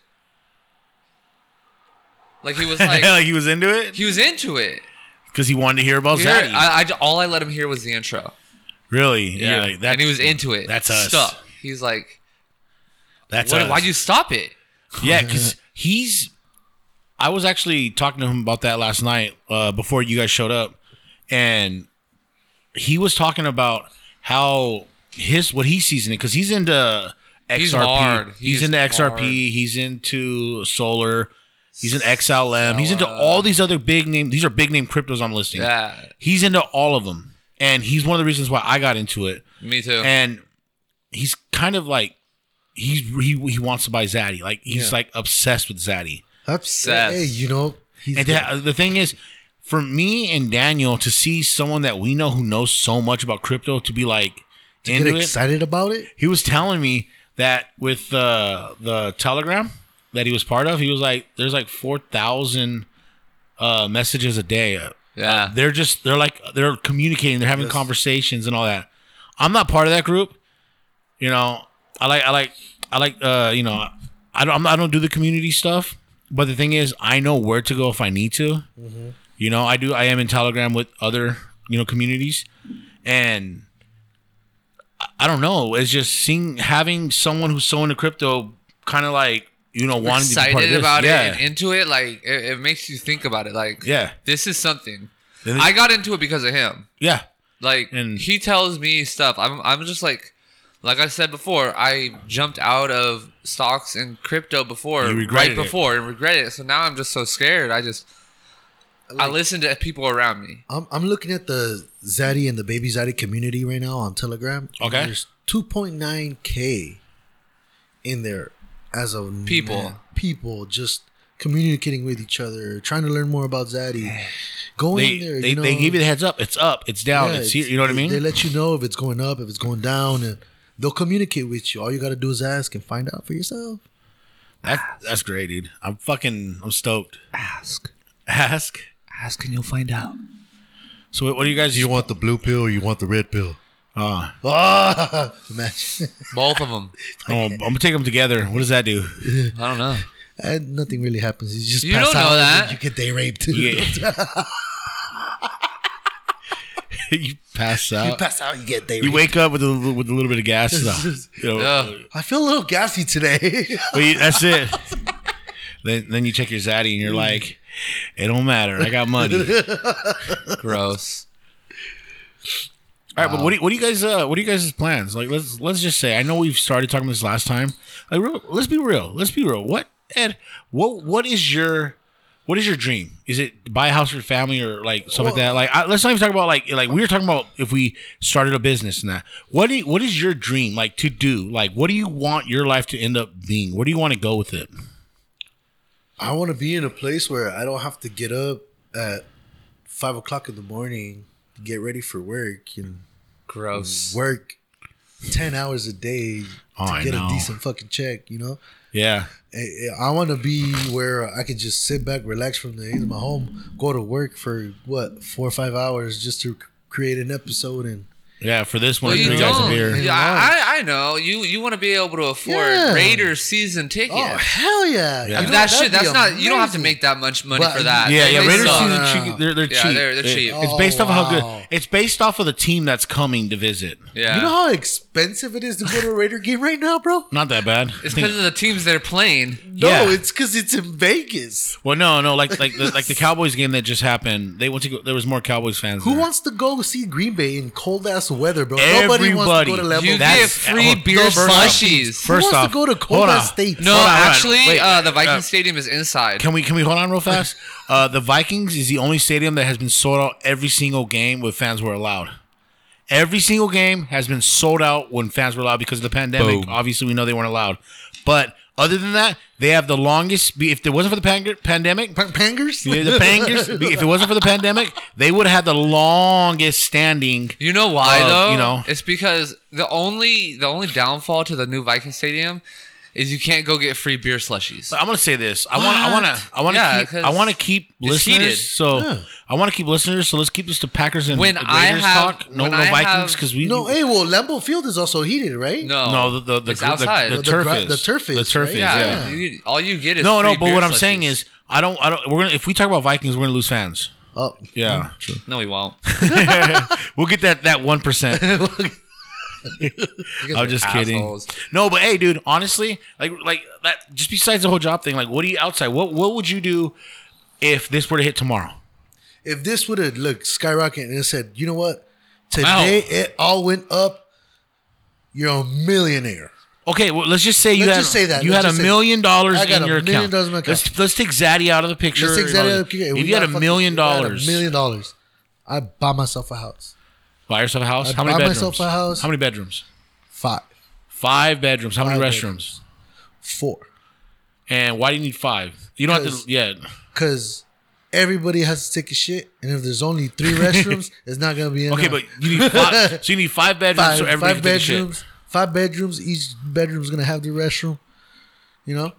[SPEAKER 3] Like he was
[SPEAKER 4] like,
[SPEAKER 3] like
[SPEAKER 4] he was into it
[SPEAKER 3] he was into it.
[SPEAKER 4] because he wanted to hear about
[SPEAKER 3] Here,
[SPEAKER 4] Zaddy.
[SPEAKER 3] I, I- all I let him hear was the intro.
[SPEAKER 4] really? You're like,
[SPEAKER 3] and he was
[SPEAKER 4] that's-
[SPEAKER 3] into it.
[SPEAKER 4] That's us.
[SPEAKER 3] Stop. He's like,
[SPEAKER 4] That's
[SPEAKER 3] what,
[SPEAKER 4] us.
[SPEAKER 3] why'd you stop it?
[SPEAKER 4] Yeah,
[SPEAKER 3] uh,
[SPEAKER 4] because he's. I was actually talking to him about that last night uh, before you guys showed up, and he was talking about how his what he sees in it because he's into XRP.
[SPEAKER 3] He's hard. He
[SPEAKER 4] he's
[SPEAKER 3] is
[SPEAKER 4] into XRP.
[SPEAKER 3] hard.
[SPEAKER 4] He's into solar. He's an XLM. He's into all these other big name. These are big name cryptos I'm listing.
[SPEAKER 3] Yeah,
[SPEAKER 4] He's into all of them, and he's one of the reasons why I got into it
[SPEAKER 3] me too.
[SPEAKER 4] and he's kind of like he's he, he wants to buy Zaddy. Like he's
[SPEAKER 2] Yeah.
[SPEAKER 4] like obsessed with Zaddy.
[SPEAKER 2] upset. Hey, you know, he's
[SPEAKER 4] And
[SPEAKER 2] got-
[SPEAKER 4] the, the thing is, for me and Daniel to see someone that we know who knows so much about crypto to be like
[SPEAKER 2] get
[SPEAKER 4] into it.
[SPEAKER 2] excited about it.
[SPEAKER 4] He was telling me that with uh, the Telegram that he was part of, he was like, "There's like four thousand uh, messages a day uh,
[SPEAKER 3] yeah,
[SPEAKER 4] they're just they're like they're communicating, they're having conversations and all that. I'm not part of that group. You know, I like I like I like uh, you know, I don't I'm not, I don't do the community stuff, but the thing is I know where to go if I need to. You know, I do I am in Telegram with other, you know, communities and I- I don't know, it's just seeing having someone who's so into crypto kind of like you know, wanting to be part of
[SPEAKER 3] excited
[SPEAKER 4] this.
[SPEAKER 3] about
[SPEAKER 4] yeah.
[SPEAKER 3] it and into it. Like it, it makes you think about it. Like
[SPEAKER 4] Yeah.
[SPEAKER 3] this is something.
[SPEAKER 4] Then it-
[SPEAKER 3] I got into it because of him.
[SPEAKER 4] yeah.
[SPEAKER 3] Like
[SPEAKER 4] And-
[SPEAKER 3] he tells me stuff. I'm I'm just like like I said before, I jumped out of stocks and crypto before
[SPEAKER 4] You
[SPEAKER 3] right
[SPEAKER 4] regretted it.
[SPEAKER 3] before and regret it. So now I'm just so scared. I just I listen to people around me.
[SPEAKER 2] I'm, I'm looking at the Zaddy and the Baby Zaddy community right now on Telegram. and
[SPEAKER 4] Okay.
[SPEAKER 2] There's 2.9K in there as of
[SPEAKER 3] People.
[SPEAKER 2] now. people just communicating with each other, trying to learn more about Zaddy. Go
[SPEAKER 4] They,
[SPEAKER 2] in there.
[SPEAKER 4] they,
[SPEAKER 2] you know,
[SPEAKER 4] they give you the heads up. It's up. It's down.
[SPEAKER 2] yeah,
[SPEAKER 4] it's here. You know what I
[SPEAKER 2] they-
[SPEAKER 4] mean?
[SPEAKER 2] They let you know if it's going up, if it's going down, and they'll communicate with you. All you got to do is ask and find out for yourself.
[SPEAKER 4] That, that's great, dude. I'm fucking, I'm stoked.
[SPEAKER 3] Ask.
[SPEAKER 4] Ask.
[SPEAKER 3] Ask and you'll find out.
[SPEAKER 4] So what, what do you guys?
[SPEAKER 2] want the blue pill or you want the red pill?
[SPEAKER 4] Uh,
[SPEAKER 2] Ah, imagine.
[SPEAKER 3] Both of them.
[SPEAKER 4] I'm, gonna- um, I'm gonna take them together. What does that do?
[SPEAKER 3] I don't know.
[SPEAKER 2] And nothing really happens. You just
[SPEAKER 3] You
[SPEAKER 2] pass
[SPEAKER 3] don't know
[SPEAKER 2] out and
[SPEAKER 3] that.
[SPEAKER 2] you get day raped.
[SPEAKER 4] You, get- You pass out. You,
[SPEAKER 2] You pass out, you get day raped.
[SPEAKER 4] wake up with a little- with a little bit of gas. though. You know,
[SPEAKER 3] Ugh.
[SPEAKER 2] I feel a little gassy today.
[SPEAKER 4] but you- that's it. then then you check your zaddy and you're like, it don't matter. I got money.
[SPEAKER 3] Gross.
[SPEAKER 4] All right, but what do you, what do you guys uh, what do you guys' plans? Like let's let's just say I know we've started talking this last time. Like real, let's be real. Let's be real. What Ed? What what is your what is your dream? Is it buy a house for your family or like stuff like that? Like I, let's not even talk about like like we were talking about if we started a business and that. What do you, what is your dream like to do? Like what do you want your life to end up being? Where do you want to go with it?
[SPEAKER 2] I want to be in a place where I don't have to get up at five o'clock in the morning to get ready for work and
[SPEAKER 3] Gross.
[SPEAKER 2] work ten hours a day to
[SPEAKER 4] Oh, I
[SPEAKER 2] get
[SPEAKER 4] know.
[SPEAKER 2] a decent fucking check. You know,
[SPEAKER 4] Yeah.
[SPEAKER 2] I- I want to be where I could just sit back, relax from the ease of my home, go to work for what four or five hours just to c- create an episode and
[SPEAKER 4] Yeah, for this one,
[SPEAKER 3] Well, you
[SPEAKER 4] three guys a
[SPEAKER 3] don't.
[SPEAKER 4] beer.
[SPEAKER 3] Yeah, I, I I know. You you want to be able to afford
[SPEAKER 2] Yeah.
[SPEAKER 3] Raiders season ticket.
[SPEAKER 2] oh hell yeah,
[SPEAKER 4] Yeah.
[SPEAKER 2] You know,
[SPEAKER 3] that
[SPEAKER 2] that'd
[SPEAKER 3] shit.
[SPEAKER 2] be
[SPEAKER 3] That's not. You don't have to
[SPEAKER 2] amazing.
[SPEAKER 3] make that much money
[SPEAKER 2] But-
[SPEAKER 3] for that.
[SPEAKER 4] Yeah,
[SPEAKER 3] They-
[SPEAKER 4] yeah,
[SPEAKER 3] they
[SPEAKER 4] Raiders
[SPEAKER 3] suck.
[SPEAKER 4] season
[SPEAKER 2] suck.
[SPEAKER 4] cheap. They're, they're
[SPEAKER 3] Yeah,
[SPEAKER 4] cheap.
[SPEAKER 3] they're- they're
[SPEAKER 4] It-
[SPEAKER 3] cheap.
[SPEAKER 4] It's based
[SPEAKER 2] Oh,
[SPEAKER 4] off of how
[SPEAKER 2] wow.
[SPEAKER 4] good. It's based off of the team that's coming to visit.
[SPEAKER 3] Yeah.
[SPEAKER 2] You know how expensive it is to go to a Raider game right now, bro?
[SPEAKER 4] Not that bad.
[SPEAKER 3] it's because of the teams they're playing.
[SPEAKER 2] No,
[SPEAKER 4] Yeah.
[SPEAKER 2] it's because it's in Vegas.
[SPEAKER 4] well, no, no, like like the, like the Cowboys game that just happened. They went to go, there was more Cowboys fans.
[SPEAKER 2] Who
[SPEAKER 4] there.
[SPEAKER 2] wants to go see Green Bay in cold ass weather, bro?
[SPEAKER 4] Everybody
[SPEAKER 2] Nobody wants to go to level.
[SPEAKER 3] You
[SPEAKER 2] That's-
[SPEAKER 3] get free
[SPEAKER 4] hold-
[SPEAKER 3] beer
[SPEAKER 4] no, first off-
[SPEAKER 3] slushies.
[SPEAKER 2] Who
[SPEAKER 4] First
[SPEAKER 2] wants to
[SPEAKER 4] off,
[SPEAKER 2] go to cold
[SPEAKER 4] hold
[SPEAKER 2] ass
[SPEAKER 4] on.
[SPEAKER 2] states?
[SPEAKER 3] No,
[SPEAKER 4] Hold on, hold on.
[SPEAKER 3] actually,
[SPEAKER 4] Wait,
[SPEAKER 3] uh, the Viking
[SPEAKER 4] uh,
[SPEAKER 3] Stadium is inside.
[SPEAKER 4] Can we can we hold on real fast? uh, the Vikings is the only stadium that has been sold out every single game when fans were allowed. Every single game has been sold out when fans were allowed because of the pandemic.
[SPEAKER 3] Boom.
[SPEAKER 4] Obviously, we know they weren't allowed. But other than that, they have the longest. If it wasn't for the pan- pandemic,
[SPEAKER 2] Pa- Pangers?
[SPEAKER 4] the, the Pangers, if it wasn't for the pandemic, they would have had the longest standing.
[SPEAKER 3] You know why
[SPEAKER 4] Uh,
[SPEAKER 3] though?
[SPEAKER 4] you know.
[SPEAKER 3] it's because the only the only downfall to the new Viking Stadium is you can't go get free beer slushies.
[SPEAKER 4] I'm gonna say this. I want. I want to. I want to.
[SPEAKER 3] Yeah,
[SPEAKER 4] keep,
[SPEAKER 3] 'cause
[SPEAKER 4] I want to keep
[SPEAKER 3] it's
[SPEAKER 4] listeners.
[SPEAKER 3] heated.
[SPEAKER 4] So
[SPEAKER 2] Yeah.
[SPEAKER 4] I want to keep listeners. So let's keep this to Packers and
[SPEAKER 3] When
[SPEAKER 4] Raiders
[SPEAKER 3] I have-
[SPEAKER 4] talk. No,
[SPEAKER 3] when
[SPEAKER 4] no
[SPEAKER 3] I
[SPEAKER 4] Vikings
[SPEAKER 3] have-
[SPEAKER 4] because we
[SPEAKER 2] No, hey, well, Lambeau Field is also heated, right?
[SPEAKER 3] No,
[SPEAKER 4] No, the the the,
[SPEAKER 3] It's
[SPEAKER 4] gr- the-
[SPEAKER 3] outside.
[SPEAKER 4] the
[SPEAKER 3] The
[SPEAKER 4] turf
[SPEAKER 2] gra-
[SPEAKER 4] is
[SPEAKER 2] Oh, the turf is,
[SPEAKER 4] the turf
[SPEAKER 2] right?
[SPEAKER 4] is
[SPEAKER 3] yeah,
[SPEAKER 4] yeah.
[SPEAKER 3] you- all you get is
[SPEAKER 4] No, no,
[SPEAKER 3] free
[SPEAKER 4] but
[SPEAKER 3] beer
[SPEAKER 4] what I'm
[SPEAKER 3] slushies.
[SPEAKER 4] saying is I don't I don't we're gonna if we talk about Vikings we're gonna lose fans.
[SPEAKER 2] Oh,
[SPEAKER 4] Yeah, true.
[SPEAKER 3] no, we won't.
[SPEAKER 4] We'll get that that one percent. I'm just kidding.
[SPEAKER 3] assholes.
[SPEAKER 4] No, but hey, dude, honestly, like like that. Just besides the whole job thing, like, what do you outside? What what would you do if this were to hit tomorrow?
[SPEAKER 2] if this would have looked skyrocket and it said, you know what, today it all went up, you're a millionaire.
[SPEAKER 4] Okay, well, let's just say you
[SPEAKER 2] Let's
[SPEAKER 4] had
[SPEAKER 2] just say that.
[SPEAKER 4] you
[SPEAKER 2] Let's
[SPEAKER 4] had a
[SPEAKER 2] just say-
[SPEAKER 4] million dollars
[SPEAKER 2] I got
[SPEAKER 4] in
[SPEAKER 2] a
[SPEAKER 4] your
[SPEAKER 2] million
[SPEAKER 4] account.
[SPEAKER 2] dollars in my account.
[SPEAKER 4] Let's let's take Zaddy out of the picture.
[SPEAKER 2] Let's take
[SPEAKER 4] and all
[SPEAKER 2] Zaddy
[SPEAKER 4] that.
[SPEAKER 2] out of the-
[SPEAKER 4] If
[SPEAKER 2] we
[SPEAKER 4] you had
[SPEAKER 2] got
[SPEAKER 4] a
[SPEAKER 2] fucking-
[SPEAKER 4] million
[SPEAKER 2] if I had
[SPEAKER 4] dollars,
[SPEAKER 2] a million dollars, I buy myself a house.
[SPEAKER 4] buy yourself a house.
[SPEAKER 2] I'd
[SPEAKER 4] How many
[SPEAKER 2] buy
[SPEAKER 4] bedrooms?
[SPEAKER 2] myself a house.
[SPEAKER 4] How many bedrooms?
[SPEAKER 2] Five,
[SPEAKER 4] Five bedrooms. How many
[SPEAKER 2] Five
[SPEAKER 4] restrooms?
[SPEAKER 2] bedrooms. four,
[SPEAKER 4] And why do you need five? You don't have
[SPEAKER 2] 'Cause-
[SPEAKER 4] to. Yeah,
[SPEAKER 2] because everybody has to take a shit, and if there's only three restrooms, it's not gonna be enough.
[SPEAKER 4] Okay, but you need five. so you need five bedrooms.
[SPEAKER 2] five,
[SPEAKER 4] so everybody
[SPEAKER 2] five
[SPEAKER 4] can take a shit.
[SPEAKER 2] bedrooms, five bedrooms. Each bedroom's gonna have the restroom. You know.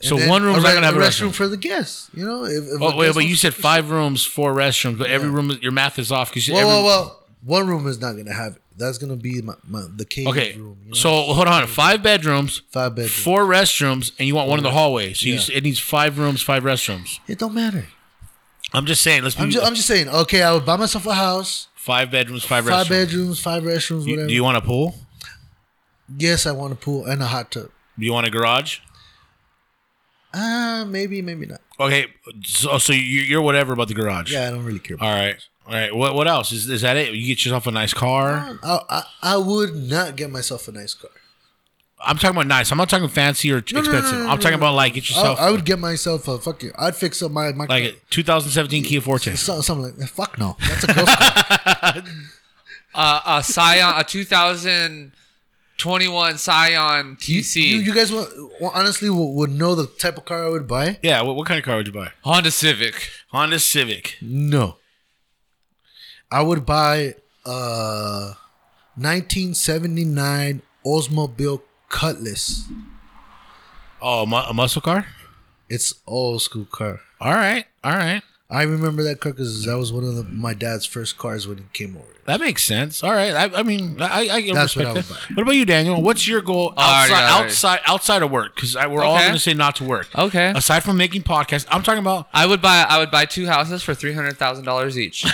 [SPEAKER 2] And
[SPEAKER 4] So
[SPEAKER 2] then
[SPEAKER 4] one room's
[SPEAKER 2] a
[SPEAKER 4] not
[SPEAKER 2] re-
[SPEAKER 4] gonna have a restroom.
[SPEAKER 2] for the guests. You know. If, if
[SPEAKER 4] Oh
[SPEAKER 2] a
[SPEAKER 4] wait,
[SPEAKER 2] guest
[SPEAKER 4] but you
[SPEAKER 2] wants-
[SPEAKER 4] said five rooms, four restrooms, but every room your math is off because
[SPEAKER 2] Whoa,
[SPEAKER 4] every,
[SPEAKER 2] whoa, whoa! One room is not gonna have it. That's gonna be my, my the cave
[SPEAKER 4] okay.
[SPEAKER 2] room. you know?
[SPEAKER 4] So hold on, five bedrooms,
[SPEAKER 2] Five bedrooms.
[SPEAKER 4] four restrooms, and you want one in the hallway. So you
[SPEAKER 2] Yeah.
[SPEAKER 4] s it needs five rooms, five restrooms.
[SPEAKER 2] it don't matter.
[SPEAKER 4] I'm just saying, let's be
[SPEAKER 2] I'm just, I'm just saying. Okay, I would buy myself a house,
[SPEAKER 4] five bedrooms, five,
[SPEAKER 2] five
[SPEAKER 4] restrooms.
[SPEAKER 2] bedrooms, five restrooms,
[SPEAKER 4] You-
[SPEAKER 2] whatever.
[SPEAKER 4] do you want a pool?
[SPEAKER 2] yes, I want a pool and a hot tub.
[SPEAKER 4] Do you want a garage?
[SPEAKER 2] Ah, maybe, maybe not.
[SPEAKER 4] Okay, so, so you, you're whatever about the garage.
[SPEAKER 2] Yeah, I don't really care.
[SPEAKER 4] All right. All right. What what else is is that? It you get yourself a nice car.
[SPEAKER 2] I, I I would not get myself a nice car.
[SPEAKER 4] I'm talking about nice. I'm not talking fancy or
[SPEAKER 2] no, no,
[SPEAKER 4] expensive.
[SPEAKER 2] no, no,
[SPEAKER 4] I'm talking
[SPEAKER 2] no.
[SPEAKER 4] about like get
[SPEAKER 2] I,
[SPEAKER 4] yourself
[SPEAKER 2] I would get myself a fucking. I'd fix up my my
[SPEAKER 4] like a 2017 Kia Forte.
[SPEAKER 2] so, something like that. Fuck no, that's a girl's car.
[SPEAKER 3] Uh, a Scion, a 2021 Scion TC,
[SPEAKER 2] You, you guys want, well, honestly would, would know the type of car I would buy.
[SPEAKER 4] Yeah. What, what kind of car would you buy?
[SPEAKER 3] Honda Civic.
[SPEAKER 4] Honda Civic.
[SPEAKER 2] No, I would buy uh, a 1979 Oldsmobile Cutlass.
[SPEAKER 4] Oh, a, mu- a muscle car.
[SPEAKER 2] It's old school car.
[SPEAKER 4] All right. All right.
[SPEAKER 2] I remember that car because that was one of the, my dad's first cars when he came over.
[SPEAKER 4] That makes sense. All right. I, I mean, I, I can
[SPEAKER 2] That's what
[SPEAKER 4] respect
[SPEAKER 2] I
[SPEAKER 4] that.
[SPEAKER 2] would
[SPEAKER 4] What about you, Daniel? What's your goal outside
[SPEAKER 3] Alright, alright.
[SPEAKER 4] outside outside of work? Because we're all
[SPEAKER 3] Okay.
[SPEAKER 4] going to say not to work.
[SPEAKER 3] Okay.
[SPEAKER 4] Aside from making podcasts, I'm talking about.
[SPEAKER 3] I would buy I would buy two houses for three hundred thousand dollars each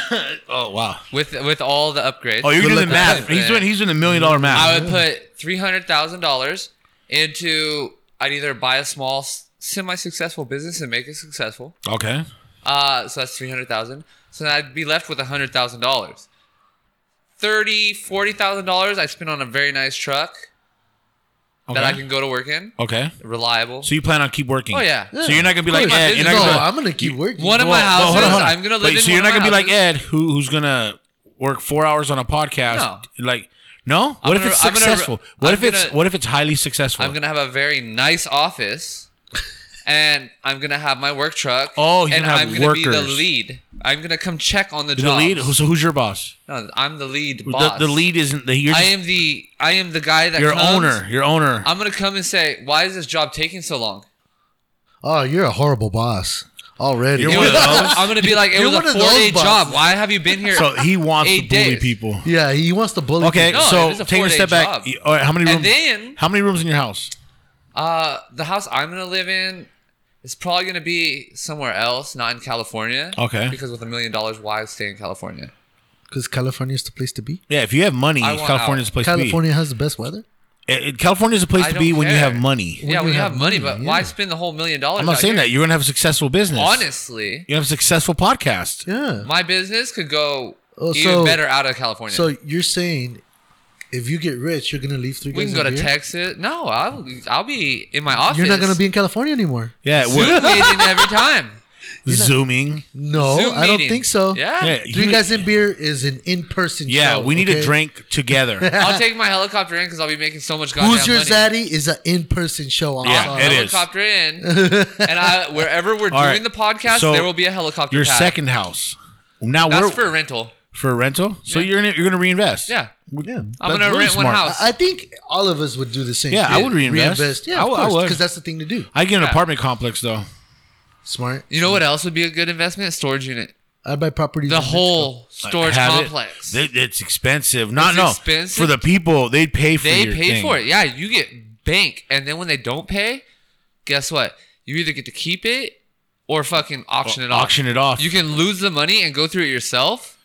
[SPEAKER 4] Oh wow.
[SPEAKER 3] with with all the upgrades.
[SPEAKER 4] Oh, you're
[SPEAKER 2] Good
[SPEAKER 4] doing
[SPEAKER 2] luck
[SPEAKER 4] the math.
[SPEAKER 3] with that.
[SPEAKER 4] He's doing he's doing the million dollar math.
[SPEAKER 3] I would put three hundred thousand dollars into I'd either buy a small semi successful business and make it successful.
[SPEAKER 4] okay.
[SPEAKER 3] Uh, so that's three hundred thousand. So then I'd be left with hundred thousand dollars. Thirty, forty thousand dollars I spend on a very nice truck
[SPEAKER 4] Okay.
[SPEAKER 3] that I can go to work in.
[SPEAKER 4] okay.
[SPEAKER 3] Reliable.
[SPEAKER 4] So you plan on keep working?
[SPEAKER 3] Oh, yeah.
[SPEAKER 4] So you're not gonna be like
[SPEAKER 3] Yeah.
[SPEAKER 4] Ed. You're not
[SPEAKER 2] No,
[SPEAKER 4] gonna be like,
[SPEAKER 2] I'm gonna keep working.
[SPEAKER 3] One of my
[SPEAKER 4] Well, well,
[SPEAKER 3] houses.
[SPEAKER 4] hold on, hold on.
[SPEAKER 3] I'm gonna live
[SPEAKER 4] Wait,
[SPEAKER 3] in.
[SPEAKER 4] So you're
[SPEAKER 3] one
[SPEAKER 4] not
[SPEAKER 3] of
[SPEAKER 4] gonna be
[SPEAKER 3] my
[SPEAKER 4] like
[SPEAKER 3] houses.
[SPEAKER 4] Ed, who who's gonna work four hours on a podcast?
[SPEAKER 3] No.
[SPEAKER 4] Like, no. What if
[SPEAKER 3] gonna-
[SPEAKER 4] it's
[SPEAKER 3] I'm gonna-
[SPEAKER 4] successful? what
[SPEAKER 3] I'm
[SPEAKER 4] if it's
[SPEAKER 3] gonna-
[SPEAKER 4] what if it's highly successful?
[SPEAKER 3] I'm gonna have a very nice office and I'm gonna have my work truck.
[SPEAKER 4] Oh, you're
[SPEAKER 3] and
[SPEAKER 4] gonna have
[SPEAKER 3] I'm gonna be the
[SPEAKER 4] workers.
[SPEAKER 3] lead. I'm gonna come check on the
[SPEAKER 4] The
[SPEAKER 3] jobs.
[SPEAKER 4] lead. So who's your boss?
[SPEAKER 3] No, I'm the lead
[SPEAKER 4] The-
[SPEAKER 3] boss.
[SPEAKER 4] The, lead isn't the. You're
[SPEAKER 3] I
[SPEAKER 4] just,
[SPEAKER 3] am the I am the guy that
[SPEAKER 4] your
[SPEAKER 3] comes.
[SPEAKER 4] owner. Your owner.
[SPEAKER 3] I'm gonna come and say, why is this job taking so long?
[SPEAKER 2] Oh, you're a horrible boss already.
[SPEAKER 4] You're
[SPEAKER 3] It
[SPEAKER 4] one
[SPEAKER 3] was-
[SPEAKER 4] of those.
[SPEAKER 3] I'm gonna be like, it
[SPEAKER 2] You're
[SPEAKER 3] was
[SPEAKER 2] one
[SPEAKER 3] a
[SPEAKER 2] of
[SPEAKER 3] four day
[SPEAKER 2] those bosses.
[SPEAKER 3] job. Why have you been here?
[SPEAKER 4] so he wants to
[SPEAKER 3] Eight
[SPEAKER 4] bully
[SPEAKER 3] days.
[SPEAKER 4] people.
[SPEAKER 2] yeah, he wants to bully.
[SPEAKER 4] Okay,
[SPEAKER 3] No, it is
[SPEAKER 4] so
[SPEAKER 3] a
[SPEAKER 4] taking a
[SPEAKER 3] four-day
[SPEAKER 4] step back.
[SPEAKER 3] job.
[SPEAKER 4] y- All right, how many rooms?
[SPEAKER 3] and then
[SPEAKER 4] how many rooms in your house?
[SPEAKER 3] uh, the house I'm gonna live in is probably gonna be somewhere else, not in California.
[SPEAKER 4] Okay.
[SPEAKER 3] Because with a million dollars, why stay in California?
[SPEAKER 2] because California is the place to be.
[SPEAKER 4] Yeah, if you have money,
[SPEAKER 3] I want out.
[SPEAKER 4] California's the place to
[SPEAKER 2] California has the best weather.
[SPEAKER 4] be. It- it- California's the place
[SPEAKER 3] I
[SPEAKER 4] to
[SPEAKER 3] don't
[SPEAKER 4] be when you
[SPEAKER 3] care.
[SPEAKER 4] have money.
[SPEAKER 3] yeah,
[SPEAKER 2] you
[SPEAKER 3] we
[SPEAKER 2] have
[SPEAKER 3] have money,
[SPEAKER 2] money,
[SPEAKER 3] but why
[SPEAKER 2] yeah.
[SPEAKER 3] spend the whole million dollars?
[SPEAKER 4] I'm not
[SPEAKER 3] out
[SPEAKER 4] saying
[SPEAKER 3] here?
[SPEAKER 4] that. You're gonna have a successful business.
[SPEAKER 3] Honestly,
[SPEAKER 4] you have a successful podcast.
[SPEAKER 2] Yeah.
[SPEAKER 3] my business could go
[SPEAKER 2] Oh,
[SPEAKER 3] even
[SPEAKER 2] so-
[SPEAKER 3] better out of California.
[SPEAKER 2] So you're saying if you get rich, you're gonna leave three.
[SPEAKER 3] we
[SPEAKER 2] guys
[SPEAKER 3] can go
[SPEAKER 2] in
[SPEAKER 3] to
[SPEAKER 2] here?
[SPEAKER 3] Texas. No, I'll I'll be in my office.
[SPEAKER 2] You're not gonna be in California anymore.
[SPEAKER 4] Yeah, we're
[SPEAKER 3] Zoom meeting every time.
[SPEAKER 4] zooming.
[SPEAKER 2] No, Oh,
[SPEAKER 3] Zoom
[SPEAKER 2] I don't
[SPEAKER 3] meeting.
[SPEAKER 2] think so.
[SPEAKER 3] Yeah.
[SPEAKER 4] Yeah,
[SPEAKER 2] Three
[SPEAKER 4] you-
[SPEAKER 2] guys in beer is an in-person.
[SPEAKER 4] Yeah,
[SPEAKER 2] show,
[SPEAKER 4] we need
[SPEAKER 2] okay?
[SPEAKER 4] a drink together.
[SPEAKER 3] I'll take my helicopter in because I'll be making so much goddamn
[SPEAKER 2] Who's your
[SPEAKER 3] money.
[SPEAKER 2] zaddy is an in-person show. I'm
[SPEAKER 4] Yeah,
[SPEAKER 2] sorry.
[SPEAKER 4] it is.
[SPEAKER 3] helicopter in, and I, wherever we're doing
[SPEAKER 4] All right,
[SPEAKER 3] the podcast,
[SPEAKER 4] so
[SPEAKER 3] there will be a helicopter.
[SPEAKER 4] your
[SPEAKER 3] pad.
[SPEAKER 4] second house. Now we're
[SPEAKER 3] That's for rental.
[SPEAKER 4] for rental. So you're gonna, you're gonna reinvest.
[SPEAKER 3] Yeah.
[SPEAKER 2] Yeah.
[SPEAKER 3] I'm
[SPEAKER 4] That's
[SPEAKER 3] gonna
[SPEAKER 4] really
[SPEAKER 3] rent one
[SPEAKER 4] smart.
[SPEAKER 3] house.
[SPEAKER 2] I I think all of us would do the same.
[SPEAKER 4] Yeah, I would reinvest.
[SPEAKER 2] Yeah,
[SPEAKER 4] I
[SPEAKER 2] of
[SPEAKER 4] would- I
[SPEAKER 2] course,
[SPEAKER 4] would.
[SPEAKER 2] because that's the thing to do.
[SPEAKER 4] I get an
[SPEAKER 3] Yeah.
[SPEAKER 4] apartment complex though.
[SPEAKER 2] Smart.
[SPEAKER 3] you know what else would be a good investment? Storage unit.
[SPEAKER 2] I buy properties.
[SPEAKER 3] The
[SPEAKER 2] in Mexico.
[SPEAKER 3] whole storage
[SPEAKER 4] Have it.
[SPEAKER 3] complex.
[SPEAKER 4] Th- it's expensive. Not no
[SPEAKER 3] expensive?
[SPEAKER 4] for the people. They pay for.
[SPEAKER 3] They
[SPEAKER 4] your
[SPEAKER 3] pay
[SPEAKER 4] thing.
[SPEAKER 3] for it. Yeah, you get bank, and then when they don't pay, guess what? You either get to keep it or fucking auction it off.
[SPEAKER 4] Auction it off.
[SPEAKER 3] You can lose the money and go through it yourself,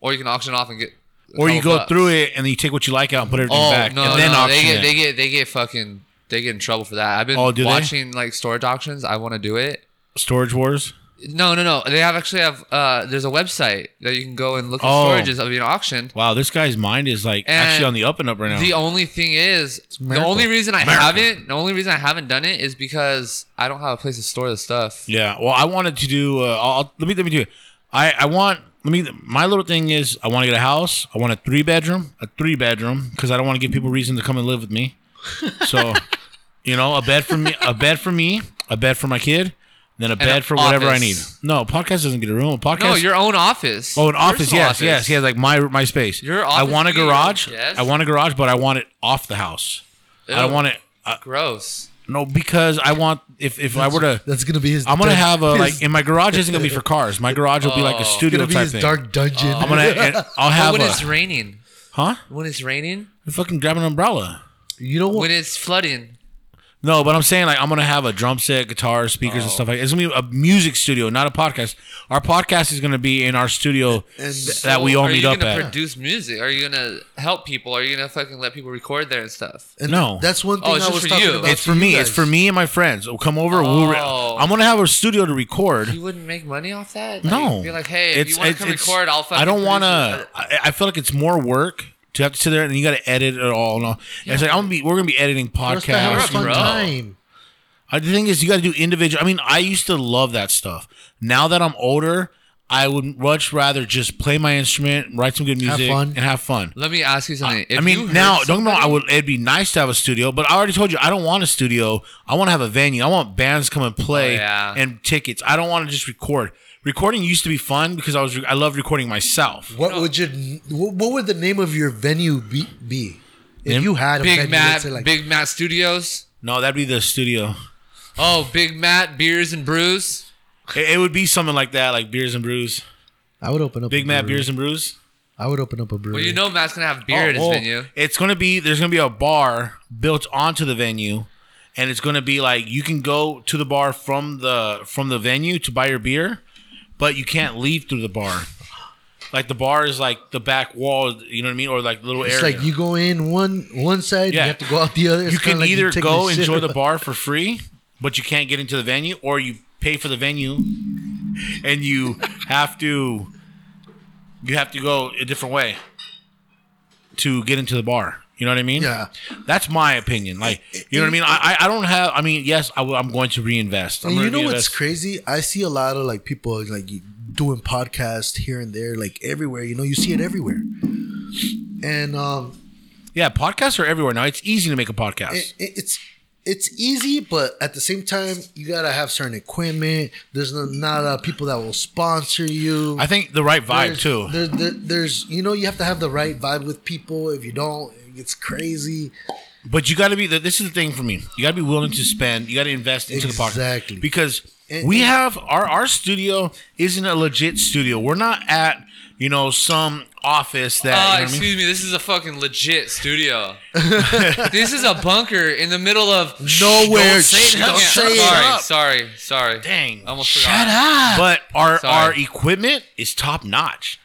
[SPEAKER 3] or you can auction it off and get. a
[SPEAKER 4] or you
[SPEAKER 3] couple
[SPEAKER 4] go
[SPEAKER 3] bucks.
[SPEAKER 4] through it and then you take what you like out and put everything
[SPEAKER 3] Oh
[SPEAKER 4] back
[SPEAKER 3] no,
[SPEAKER 4] and
[SPEAKER 3] no,
[SPEAKER 4] then
[SPEAKER 3] no.
[SPEAKER 4] auction
[SPEAKER 3] they get
[SPEAKER 4] it.
[SPEAKER 3] they get they get fucking they get in trouble for that. I've been
[SPEAKER 4] Oh, do they?
[SPEAKER 3] watching like storage auctions. I want to do it.
[SPEAKER 4] Storage wars.
[SPEAKER 3] No, no, no. They have actually have uh there's a website that you can go and look at
[SPEAKER 4] Oh.
[SPEAKER 3] storages of being auctioned.
[SPEAKER 4] Wow, this guy's mind is like
[SPEAKER 3] And
[SPEAKER 4] actually on the up and up right now.
[SPEAKER 3] The only thing is, the
[SPEAKER 2] miracle.
[SPEAKER 3] only reason I
[SPEAKER 4] Miracle.
[SPEAKER 3] haven't, the only reason I haven't done it is because I don't have a place to store the stuff.
[SPEAKER 4] yeah. Well, I wanted to do. Uh, I'll, I'll- let me let me do it. I I want. Let me. My little thing is I want to get a house. I want a three bedroom, a three bedroom, because I don't want to give people reason to come and live with me. So, you know, a bed for me, a bed for me, a bed for my kid, then a bed
[SPEAKER 3] an
[SPEAKER 4] for whatever I need.
[SPEAKER 3] office.
[SPEAKER 4] No, podcast doesn't get a room. A podcast.
[SPEAKER 3] No, your own office.
[SPEAKER 4] Oh, an office.
[SPEAKER 3] Personal
[SPEAKER 4] Yes, yes, yes. Like my my space.
[SPEAKER 3] Your
[SPEAKER 4] I
[SPEAKER 3] office
[SPEAKER 4] want a
[SPEAKER 3] could be your
[SPEAKER 4] garage.
[SPEAKER 3] own desk.
[SPEAKER 4] I want a garage, but I want it off the house. I don't
[SPEAKER 3] Ew.
[SPEAKER 4] want it. I,
[SPEAKER 3] Gross.
[SPEAKER 4] no, because I want if if I were to,
[SPEAKER 2] That's gonna be his.
[SPEAKER 4] I'm gonna
[SPEAKER 2] dark-
[SPEAKER 4] have a
[SPEAKER 2] his-
[SPEAKER 4] like in my garage isn't gonna be for cars. My garage will be like
[SPEAKER 3] Oh.
[SPEAKER 4] a
[SPEAKER 3] It's
[SPEAKER 4] studio
[SPEAKER 2] gonna be
[SPEAKER 4] type
[SPEAKER 2] his
[SPEAKER 4] thing.
[SPEAKER 2] dark dungeon.
[SPEAKER 4] I'm gonna. And I'll
[SPEAKER 3] But
[SPEAKER 4] have
[SPEAKER 3] when
[SPEAKER 4] a
[SPEAKER 3] it's raining,
[SPEAKER 4] huh?
[SPEAKER 3] when it's raining,
[SPEAKER 4] You fucking grab an umbrella.
[SPEAKER 2] you know
[SPEAKER 3] when
[SPEAKER 2] what?
[SPEAKER 3] it's flooding,
[SPEAKER 4] No, but I'm saying like I'm gonna have a drum set, guitar, speakers,
[SPEAKER 3] Oh.
[SPEAKER 4] and stuff like. It's gonna be a music studio, not a podcast. Our podcast is gonna be in our studio that we all
[SPEAKER 3] are
[SPEAKER 4] meet
[SPEAKER 3] you
[SPEAKER 4] up
[SPEAKER 3] gonna
[SPEAKER 4] at.
[SPEAKER 3] produce music? Are you gonna help people? Are you gonna fucking let people record there and stuff?
[SPEAKER 2] And
[SPEAKER 4] no.
[SPEAKER 2] that's one thing
[SPEAKER 3] Oh, it's
[SPEAKER 2] I
[SPEAKER 3] just
[SPEAKER 2] was
[SPEAKER 3] for
[SPEAKER 2] talking
[SPEAKER 3] you.
[SPEAKER 2] about.
[SPEAKER 4] It's
[SPEAKER 2] to
[SPEAKER 4] for
[SPEAKER 2] you
[SPEAKER 4] me. It's
[SPEAKER 2] guys.
[SPEAKER 4] for me and my friends. We'll come over. We'll re-
[SPEAKER 3] Oh.
[SPEAKER 4] I'm gonna have a studio to record.
[SPEAKER 3] You wouldn't make money off that. Like,
[SPEAKER 4] no,
[SPEAKER 3] be like, hey, if you want to come
[SPEAKER 4] it's-
[SPEAKER 3] record, I'll fucking.
[SPEAKER 4] I don't
[SPEAKER 3] produce
[SPEAKER 4] want to.
[SPEAKER 3] it."
[SPEAKER 4] I, I feel like it's more work to have to sit there and you got to edit it all. And all. And It's like I'm gonna be. We're gonna be editing
[SPEAKER 2] Let's have a
[SPEAKER 4] podcasts.
[SPEAKER 2] fun
[SPEAKER 3] Bro.
[SPEAKER 2] time.
[SPEAKER 4] I, Uh, the thing is, you got to do individual. I mean, I used to love that stuff. Now that I'm older, I would much rather just play my instrument, write some good
[SPEAKER 2] Have
[SPEAKER 4] music,
[SPEAKER 2] fun.
[SPEAKER 4] and have fun.
[SPEAKER 3] Let me ask you something. If
[SPEAKER 4] I
[SPEAKER 3] you
[SPEAKER 4] mean,
[SPEAKER 3] heard
[SPEAKER 4] now don't know.
[SPEAKER 3] somebody-
[SPEAKER 4] I would. It'd be nice to have a studio, but I already told you I don't want a studio. I want to have a venue. I want bands come and play
[SPEAKER 3] Oh, yeah.
[SPEAKER 4] and tickets. I don't want to just record. Recording used to be fun because I was. I love recording myself.
[SPEAKER 2] What would your what, what would the name of your venue be? be? If
[SPEAKER 4] Name?
[SPEAKER 2] you had a
[SPEAKER 3] Big
[SPEAKER 2] venue,
[SPEAKER 3] Matt,
[SPEAKER 2] let's say like
[SPEAKER 3] Big Matt Studios.
[SPEAKER 4] No, that'd be the studio.
[SPEAKER 3] Oh, Big Matt Beers and Brews.
[SPEAKER 4] It, it would be something like that, like beers and brews.
[SPEAKER 2] I would open up
[SPEAKER 4] Big
[SPEAKER 2] a
[SPEAKER 4] Matt
[SPEAKER 2] brewery.
[SPEAKER 4] beers and brews.
[SPEAKER 2] I would open up a brewery.
[SPEAKER 3] Well, you know Matt's gonna have beer
[SPEAKER 4] Oh,
[SPEAKER 3] at his
[SPEAKER 4] well,
[SPEAKER 3] venue.
[SPEAKER 4] It's gonna be. There's gonna be a bar built onto the venue. And it's gonna be like you can go to the bar from the from the venue to buy your beer, but you can't leave through the bar. Like the bar is like the back wall, you know what I mean, or like little
[SPEAKER 2] it's
[SPEAKER 4] area.
[SPEAKER 2] like you go in one one side,
[SPEAKER 4] Yeah.
[SPEAKER 2] you have to go out the other. It's
[SPEAKER 4] you can
[SPEAKER 2] kinda like
[SPEAKER 4] either
[SPEAKER 2] taking
[SPEAKER 4] go
[SPEAKER 2] a shit.
[SPEAKER 4] enjoy the bar for free, but you can't get into the venue, or you pay for the venue, and you have to you have to go a different way to get into the bar. You know what I mean?
[SPEAKER 2] Yeah.
[SPEAKER 4] that's my opinion. Like, you know what I mean? I I I don't have. I mean, yes, I will, I'm going to reinvest. I'm
[SPEAKER 2] And you
[SPEAKER 4] gonna
[SPEAKER 2] know what's
[SPEAKER 4] reinvest.
[SPEAKER 2] crazy? I see a lot of like people like doing podcasts here and there, like everywhere. You know, you see it everywhere. And um,
[SPEAKER 4] Yeah, podcasts are everywhere now. It's easy to make a podcast.
[SPEAKER 2] it, it's it's easy, but at the same time, you gotta have certain equipment. There's no, not uh, people that will sponsor you.
[SPEAKER 4] I think the right vibe
[SPEAKER 2] there's,
[SPEAKER 4] too.
[SPEAKER 2] There, there, there's you know you have to have the right vibe with people. If you don't, it's crazy.
[SPEAKER 4] But you got to be. This is the thing for me. You got to be willing to spend. You got to invest into the podcast
[SPEAKER 2] Exactly.
[SPEAKER 4] because
[SPEAKER 2] And-
[SPEAKER 4] we
[SPEAKER 2] and-
[SPEAKER 4] have our our studio isn't a legit studio. We're not at you know some office
[SPEAKER 3] Uh,
[SPEAKER 4] that. you know what I mean?
[SPEAKER 3] excuse me, this is a fucking legit studio. this is a bunker in the middle of
[SPEAKER 2] Nowhere.
[SPEAKER 4] don't say it.
[SPEAKER 2] don't
[SPEAKER 4] Don't
[SPEAKER 3] Yeah,
[SPEAKER 2] say
[SPEAKER 3] sorry,
[SPEAKER 2] it.
[SPEAKER 4] up.
[SPEAKER 3] sorry, sorry.
[SPEAKER 4] Dang,
[SPEAKER 3] almost
[SPEAKER 4] shut
[SPEAKER 3] forgot.
[SPEAKER 4] up. But our our
[SPEAKER 3] Sorry.
[SPEAKER 4] equipment is top notch.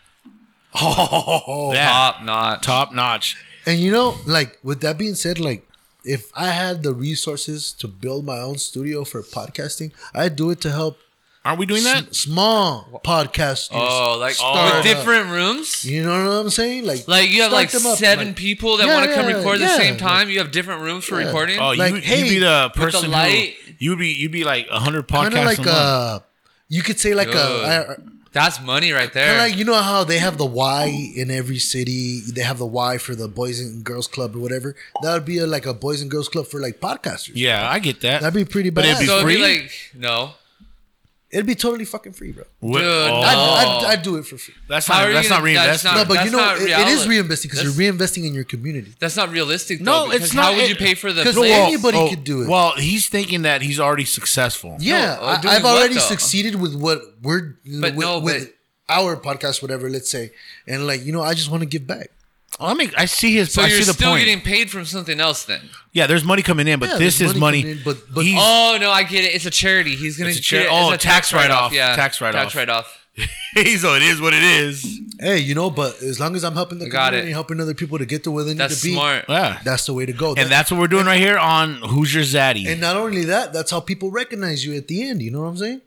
[SPEAKER 4] Oh,
[SPEAKER 3] Top not.
[SPEAKER 4] top notch.
[SPEAKER 2] And you know, like with that being said, like if I had the resources to build my own studio for podcasting, I'd do it to help
[SPEAKER 4] Aren't we doing that?
[SPEAKER 2] s- small podcasters.
[SPEAKER 3] Oh, like
[SPEAKER 4] Start
[SPEAKER 3] with
[SPEAKER 4] up.
[SPEAKER 3] different rooms.
[SPEAKER 2] You know what I'm saying? Like,
[SPEAKER 3] Like you have
[SPEAKER 2] start
[SPEAKER 3] like
[SPEAKER 2] them up,
[SPEAKER 3] seven
[SPEAKER 2] like-
[SPEAKER 3] people that
[SPEAKER 2] Yeah,
[SPEAKER 3] want to come
[SPEAKER 2] yeah,
[SPEAKER 3] record at
[SPEAKER 2] yeah.
[SPEAKER 3] the same time. You have different rooms for recording.
[SPEAKER 4] Oh,
[SPEAKER 2] Like,
[SPEAKER 4] you,
[SPEAKER 2] hey,
[SPEAKER 4] you'd be the
[SPEAKER 3] the
[SPEAKER 4] person
[SPEAKER 3] light.
[SPEAKER 4] who you'd be you'd be like hundred
[SPEAKER 2] kind of
[SPEAKER 4] podcasts.
[SPEAKER 2] like uh,
[SPEAKER 4] a
[SPEAKER 2] a.
[SPEAKER 4] month.
[SPEAKER 2] You could say like a,
[SPEAKER 3] Good. That's money right
[SPEAKER 2] I- I-
[SPEAKER 3] there.
[SPEAKER 2] like you know how they have the Y in every city. They have the Y for the Boys and Girls Club or whatever. That would be a, like a Boys and Girls Club for like podcasters.
[SPEAKER 4] yeah, I get that.
[SPEAKER 2] That'd be pretty
[SPEAKER 4] But it'd
[SPEAKER 2] bad.
[SPEAKER 4] be
[SPEAKER 3] so it'd be
[SPEAKER 4] free?
[SPEAKER 3] like no.
[SPEAKER 2] It'd be totally fucking free, bro.
[SPEAKER 4] Wh-
[SPEAKER 3] Dude,
[SPEAKER 4] oh,
[SPEAKER 2] I'd,
[SPEAKER 3] no.
[SPEAKER 2] I'd, I'd do it for free.
[SPEAKER 4] that's
[SPEAKER 3] How are
[SPEAKER 4] not
[SPEAKER 3] you
[SPEAKER 4] that's not
[SPEAKER 3] gonna- that's
[SPEAKER 4] reinvestment.
[SPEAKER 3] not-
[SPEAKER 2] No, but you
[SPEAKER 3] That's
[SPEAKER 2] know,
[SPEAKER 3] not
[SPEAKER 2] it, it is
[SPEAKER 3] reality.
[SPEAKER 2] reinvesting because you're
[SPEAKER 3] That's-
[SPEAKER 2] reinvesting in your community.
[SPEAKER 3] That's not realistic.
[SPEAKER 4] No,
[SPEAKER 3] Though, because
[SPEAKER 4] it's not-
[SPEAKER 3] How would
[SPEAKER 4] it-
[SPEAKER 3] you pay for the
[SPEAKER 2] 'cause
[SPEAKER 3] place?
[SPEAKER 2] any- anybody could do it.
[SPEAKER 4] Oh, Well, he's thinking that he's already successful.
[SPEAKER 2] Yeah,
[SPEAKER 3] uh,
[SPEAKER 2] I,
[SPEAKER 3] doing
[SPEAKER 2] I've
[SPEAKER 3] what,
[SPEAKER 2] already
[SPEAKER 3] though?
[SPEAKER 2] succeeded with what we're
[SPEAKER 3] But
[SPEAKER 2] with,
[SPEAKER 3] no,
[SPEAKER 2] with our podcast, whatever. Let's say, and like you know, I just want to give back.
[SPEAKER 4] I mean, I see his.
[SPEAKER 3] so
[SPEAKER 4] I
[SPEAKER 3] you're
[SPEAKER 4] see the
[SPEAKER 3] still
[SPEAKER 4] point.
[SPEAKER 3] getting paid from something else then.
[SPEAKER 4] yeah, there's money coming in, but
[SPEAKER 2] Yeah,
[SPEAKER 4] this
[SPEAKER 2] there's
[SPEAKER 4] is
[SPEAKER 2] money
[SPEAKER 4] money.
[SPEAKER 2] coming in, but- but-
[SPEAKER 4] he's,
[SPEAKER 3] Oh no, I get it. It's a charity. He's gonna
[SPEAKER 4] It's a
[SPEAKER 3] get
[SPEAKER 4] chari-
[SPEAKER 3] it
[SPEAKER 4] oh,
[SPEAKER 3] as a
[SPEAKER 4] tax write-off.
[SPEAKER 3] Yeah,
[SPEAKER 4] Tax write-off.
[SPEAKER 3] Tax write-off.
[SPEAKER 4] so it is what it is.
[SPEAKER 2] Hey, you know, but as long as I'm helping the
[SPEAKER 3] Got
[SPEAKER 2] community,
[SPEAKER 3] it.
[SPEAKER 2] helping other people to get to where they need
[SPEAKER 3] That's
[SPEAKER 2] to be,
[SPEAKER 3] smart.
[SPEAKER 4] Yeah,
[SPEAKER 2] that's the way to go.
[SPEAKER 4] and
[SPEAKER 2] That-
[SPEAKER 4] that's what we're doing right here on Who's Your Zaddy.
[SPEAKER 2] and not only that, that's how people recognize you at the end. You know what I'm saying?